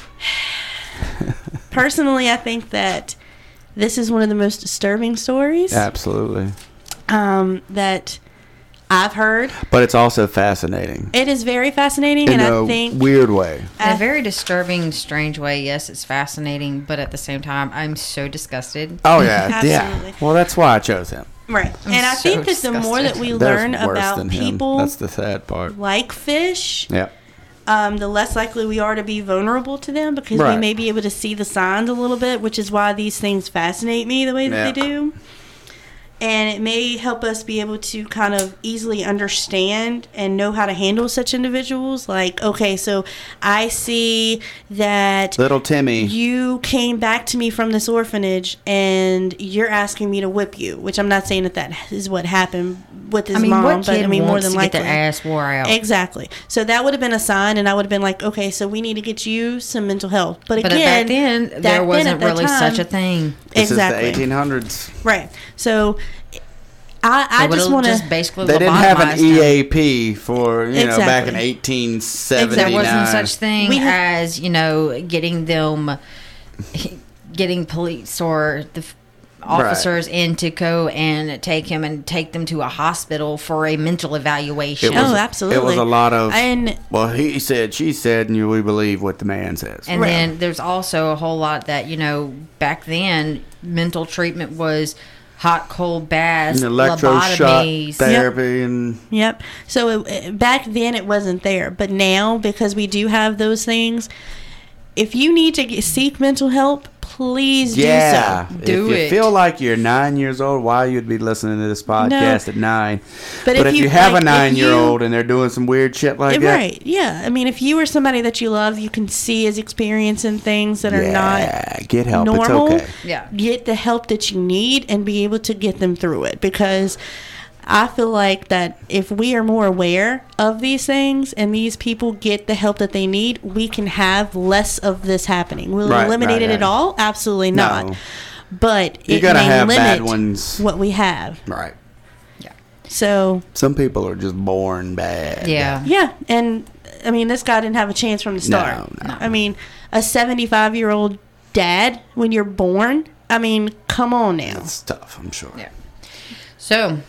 Speaker 2: personally, I think that this is one of the most disturbing stories
Speaker 3: Absolutely.
Speaker 2: um, that I've heard.
Speaker 3: But it's also fascinating
Speaker 2: It is very fascinating,
Speaker 3: in
Speaker 2: and
Speaker 3: a
Speaker 2: I think
Speaker 3: weird way.
Speaker 1: In
Speaker 2: I-
Speaker 1: a very disturbing, strange way. Yes, it's fascinating, but at the same time, I'm so disgusted.
Speaker 3: Oh yeah, yeah.
Speaker 2: Absolutely.
Speaker 3: Well, that's why I chose him.
Speaker 2: right. and I
Speaker 1: so
Speaker 2: think that the more that we
Speaker 1: disgusted.
Speaker 3: There's
Speaker 2: learn
Speaker 3: worse
Speaker 2: about
Speaker 3: than him.
Speaker 2: people
Speaker 3: That's the sad part.
Speaker 2: like fish,
Speaker 3: Yeah.
Speaker 2: um, the less likely we are to be vulnerable to them because
Speaker 3: Right.
Speaker 2: we may be able to see the signs a little bit, which is why these things fascinate me the way that
Speaker 3: Yeah.
Speaker 2: they do. And it may help us be able to kind of easily understand and know how to handle such individuals. Like, okay, so I see that
Speaker 3: Little Timmy.
Speaker 2: you came back to me from this orphanage and you're asking me to whip you, which I'm not saying that that is what happened with his
Speaker 1: I mean,
Speaker 2: mom,
Speaker 1: what kid
Speaker 2: but I mean,
Speaker 1: wants
Speaker 2: more than
Speaker 1: to
Speaker 2: likely.
Speaker 1: get their ass wore out?
Speaker 2: Exactly. So that would have been a sign, and I would have been like, okay, so we need to get you some mental health. But again,
Speaker 1: but back then,
Speaker 2: back
Speaker 1: there
Speaker 2: at
Speaker 1: wasn't
Speaker 2: that
Speaker 1: really
Speaker 2: time-
Speaker 1: such a thing.
Speaker 3: this
Speaker 2: Exactly.
Speaker 3: is the 1800s.
Speaker 2: Right. So I, I
Speaker 1: They
Speaker 2: just
Speaker 1: would've
Speaker 2: want
Speaker 1: just
Speaker 2: to.
Speaker 1: basically
Speaker 3: They didn't have an E
Speaker 1: lobotomized them.
Speaker 3: EAP for you know back in
Speaker 2: Exactly.
Speaker 3: 1879.
Speaker 1: There wasn't such thing
Speaker 2: We have-
Speaker 1: as you know getting them, getting police or the f- officers in to go and take him and take them to a hospital for a mental
Speaker 3: It
Speaker 1: evaluation.
Speaker 3: was-
Speaker 2: Oh, absolutely.
Speaker 3: It was a lot of.
Speaker 2: And
Speaker 3: well, he said, she said, and you- we believe what the man says.
Speaker 1: And
Speaker 2: Right.
Speaker 1: then there's also a whole lot that, you know, back then mental treatment was hot, cold baths,
Speaker 3: And electroshock
Speaker 1: lobotomies.
Speaker 3: therapy, and
Speaker 2: Yep. So it, it- back then it wasn't there, but now because we do have those things, if you need to get, seek mental help, please
Speaker 3: yeah,
Speaker 2: do so.
Speaker 3: if
Speaker 1: Do
Speaker 3: you
Speaker 1: it.
Speaker 3: feel like you're nine years old, why you'd be listening to this podcast at nine? But, if, you, have
Speaker 2: like, if
Speaker 3: a nine-year-old
Speaker 2: you-
Speaker 3: and they're doing some weird shit like that,
Speaker 2: Right. Yeah. I mean, if you are somebody that you love, you can see is experiencing things that are not
Speaker 3: yeah, get help.
Speaker 2: normal.
Speaker 3: It's okay.
Speaker 1: Yeah.
Speaker 2: Get the help that you need and be able to get them through it because I feel like that if we are more aware of these things and these people get the help that they need, we can have less of this happening. Will
Speaker 3: Right,
Speaker 2: it eliminate
Speaker 3: right,
Speaker 2: it
Speaker 3: right.
Speaker 2: at all? Absolutely not.
Speaker 3: No.
Speaker 2: But
Speaker 3: You
Speaker 2: it
Speaker 3: gotta
Speaker 2: may
Speaker 3: have
Speaker 2: limit
Speaker 3: bad ones.
Speaker 2: what we have.
Speaker 3: Right.
Speaker 2: So
Speaker 3: Some people are just born bad.
Speaker 1: Yeah.
Speaker 2: Yeah, and I mean, this guy didn't have a chance from the start.
Speaker 3: No, no.
Speaker 2: I mean, a 75 year old dad when you're born. I mean, come on now.
Speaker 3: It's tough, I'm sure.
Speaker 1: Yeah. So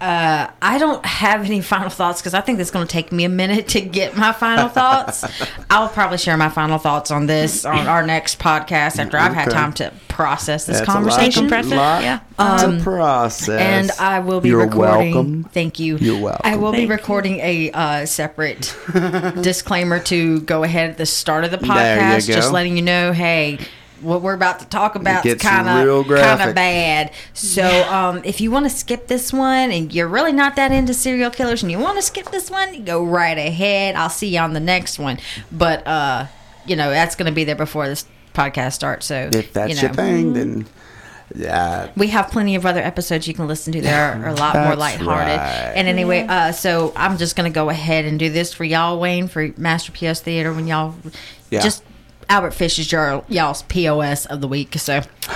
Speaker 1: uh, I don't have any final thoughts because I think it's going to take me a minute to get my final thoughts. I'll probably share my final thoughts on this on our next podcast after I've had
Speaker 3: Okay.
Speaker 1: time to process this
Speaker 3: That's
Speaker 1: conversation.
Speaker 3: A lot, lot
Speaker 2: Yeah.
Speaker 3: to process.
Speaker 1: and I will be
Speaker 3: You're
Speaker 1: recording.
Speaker 3: welcome.
Speaker 1: Thank you.
Speaker 3: You're welcome.
Speaker 1: I will
Speaker 2: Thank
Speaker 1: be
Speaker 2: you.
Speaker 1: recording a uh, separate disclaimer to go ahead at the start of the
Speaker 3: There you
Speaker 1: podcast,
Speaker 3: go.
Speaker 1: just letting you know, hey. What we're about to talk about is
Speaker 3: gets
Speaker 1: kind
Speaker 3: real
Speaker 1: of kind
Speaker 3: graphic.
Speaker 1: of bad. So, um, if you want to skip this one and you're really not that into serial killers and you want to skip this one, go right ahead. I'll see you on the next one. But uh, you know that's going to be there before this podcast starts. So
Speaker 3: If that's
Speaker 1: you know.
Speaker 3: your thing, then yeah,
Speaker 1: We have plenty of other episodes you can listen to that are a lot more
Speaker 3: That's
Speaker 1: lighthearted.
Speaker 3: right.
Speaker 1: And anyway, uh, so I'm just gonna go ahead and do this for y'all, Wayne, for Master POS Theater. When y'all
Speaker 3: Yeah.
Speaker 1: just Albert Fish is your y'all's POS of the week, so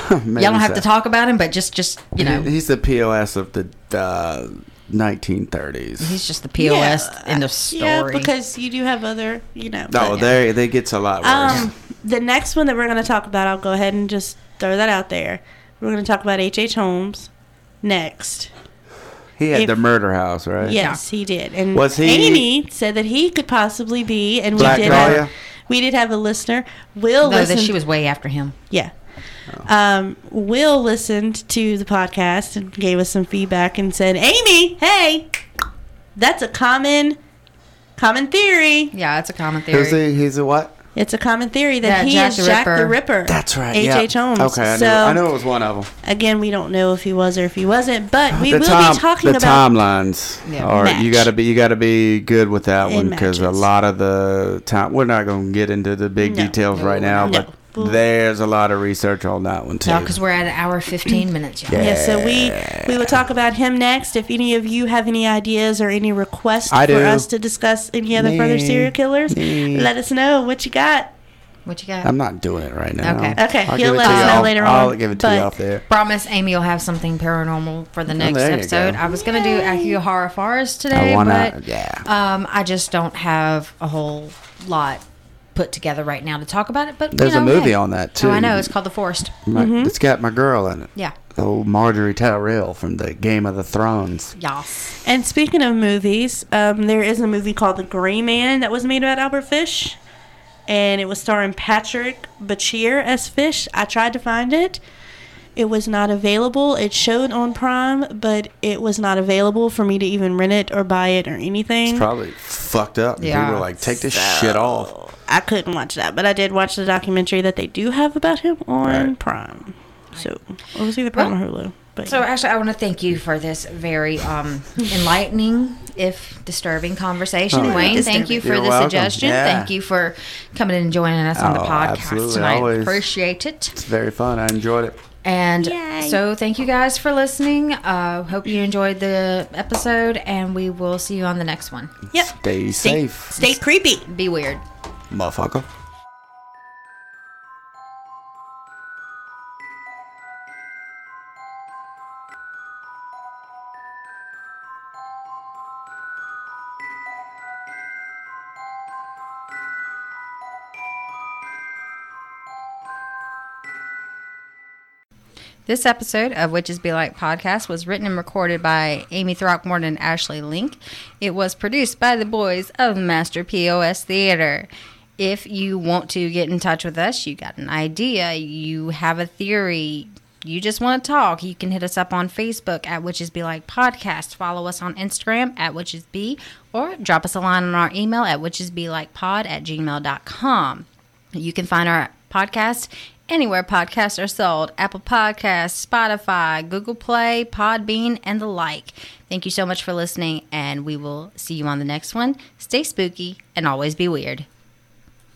Speaker 1: y'all
Speaker 3: Maybe
Speaker 1: don't have
Speaker 3: so.
Speaker 1: to talk about him, but just just you know,
Speaker 3: He- he's the POS of the uh, 1930s.
Speaker 4: He's just the POS end of story.
Speaker 2: Yeah, because you do have other, you know.
Speaker 3: No,
Speaker 2: but-
Speaker 3: they they Oh, gets a lot worse.
Speaker 2: Um, the next one that we're going to talk about, I'll go ahead and just throw that out there. We're going to talk about H.H. Holmes next.
Speaker 3: he had
Speaker 2: if-
Speaker 3: the murder house, right?
Speaker 2: Yes, he did. And
Speaker 3: Was he-
Speaker 2: Amy said that he could possibly be, and
Speaker 3: Black
Speaker 2: we did.
Speaker 3: Dahlia?
Speaker 2: Have, we did have a listener. Will
Speaker 4: no,
Speaker 2: listened.
Speaker 4: that she was way after him.
Speaker 2: Yeah. Um, Will listened to the podcast and gave us some feedback and said, "Amy, hey, that's a common, common theory.
Speaker 4: Yeah, it's a common theory.
Speaker 3: Who's he? He's a what?
Speaker 2: It's a common theory that,
Speaker 4: That
Speaker 2: he
Speaker 4: Jack
Speaker 2: is
Speaker 4: the
Speaker 2: Jack the
Speaker 4: Ripper.
Speaker 2: Ripper.
Speaker 3: That's right.
Speaker 2: H.H.
Speaker 3: yeah.
Speaker 2: Holmes.
Speaker 3: Okay, I knew,
Speaker 2: so
Speaker 3: I knew it was one of them.
Speaker 2: again, we don't know if he was or if he wasn't, but we
Speaker 3: the
Speaker 2: will
Speaker 3: time,
Speaker 2: be talking
Speaker 3: the
Speaker 2: about
Speaker 3: timelines
Speaker 4: Yeah.
Speaker 3: are you
Speaker 2: Match.
Speaker 3: got to be you got to be good with that
Speaker 2: It
Speaker 3: one because a
Speaker 2: matches.
Speaker 3: lot of the time we're not going to get into the big
Speaker 2: No.
Speaker 3: details right now,
Speaker 2: No.
Speaker 3: but
Speaker 2: Well-
Speaker 3: there's a lot of research on that one too.
Speaker 4: No, because we're at an hour fifteen minutes. Y'all.
Speaker 2: yeah. So we we will talk about him next. If any of you have any ideas or any requests
Speaker 3: I
Speaker 2: for
Speaker 3: do.
Speaker 2: us to discuss any other further
Speaker 3: Me.
Speaker 2: serial killers,
Speaker 3: Me.
Speaker 2: let us know what you got.
Speaker 4: What you got?
Speaker 3: I'm not doing it right now.
Speaker 4: Okay.
Speaker 2: Okay,
Speaker 3: I'll
Speaker 2: you'll
Speaker 3: give it
Speaker 2: let
Speaker 3: to
Speaker 2: us
Speaker 3: you
Speaker 2: know
Speaker 3: off-
Speaker 2: later
Speaker 3: I'll
Speaker 2: on,
Speaker 3: give it to you
Speaker 2: but-
Speaker 3: off there.
Speaker 4: Promise Amy will have something paranormal for the next
Speaker 3: Oh, there you
Speaker 4: episode.
Speaker 3: go.
Speaker 4: I was gonna do Accio Horror Forest today,
Speaker 3: I wanna,
Speaker 4: but
Speaker 3: yeah.
Speaker 4: um, I just don't have a whole lot put together right now to talk about it. But you
Speaker 3: There's a
Speaker 4: know,
Speaker 3: movie
Speaker 4: hey.
Speaker 3: on that too.
Speaker 4: Oh, I know it's called The Forest.
Speaker 3: My- It's got my girl in it.
Speaker 4: Mm-hmm. Yeah.
Speaker 3: The old Marjorie Tyrell from the Game of the Thrones.
Speaker 4: Yas.
Speaker 2: And speaking of movies, um, there is a movie called The Gray Man that was made about Albert Fish, and it was starring Patrick Bashir as Fish. I tried to find it. It was not available. It showed on Prime, but it was not available for me to even rent it or buy it or anything.
Speaker 3: It's probably fucked up.
Speaker 4: Mm-hmm. Yeah.
Speaker 3: People are like, take this shit off.
Speaker 2: I couldn't watch that, but I did watch the documentary that they do have about him on
Speaker 3: Right.
Speaker 2: Prime. So it was either Prime or Hulu. But
Speaker 4: So actually, I want to thank you for this very um, enlightening, if disturbing, conversation. Wayne, thank you for
Speaker 3: Oh, You're
Speaker 4: the
Speaker 3: welcome.
Speaker 4: suggestion.
Speaker 3: Yeah.
Speaker 4: Thank you for coming and joining us on the
Speaker 3: Oh, absolutely,
Speaker 4: podcast tonight.
Speaker 3: always.
Speaker 4: Appreciate it.
Speaker 3: It's very fun. I enjoyed it.
Speaker 4: And
Speaker 2: Yay.
Speaker 4: so, thank you guys for listening. Uh, hope you enjoyed the episode, and we will see you on the next one.
Speaker 2: yep.
Speaker 3: Stay
Speaker 2: Stay,
Speaker 3: safe,
Speaker 2: stay creepy.
Speaker 4: Be weird.
Speaker 3: motherfucker.
Speaker 1: This episode of Witches Be Like podcast was written and recorded by Amy Throckmorton and Ashley Link. It was produced by the boys of Master POS Theater. If you want to get in touch with us, you got an idea, you have a theory, you just want to talk, you can hit us up on Facebook at Witches Be Like Podcast. Follow us on Instagram at Witches Be, or drop us a line on our email at witchesbelikepod at gmail.com. You can find our podcast anywhere podcasts are sold Apple Podcasts, Spotify, Google Play, Podbean, and the like. Thank you so much for listening, and we will see you on the next one. Stay spooky and always be weird.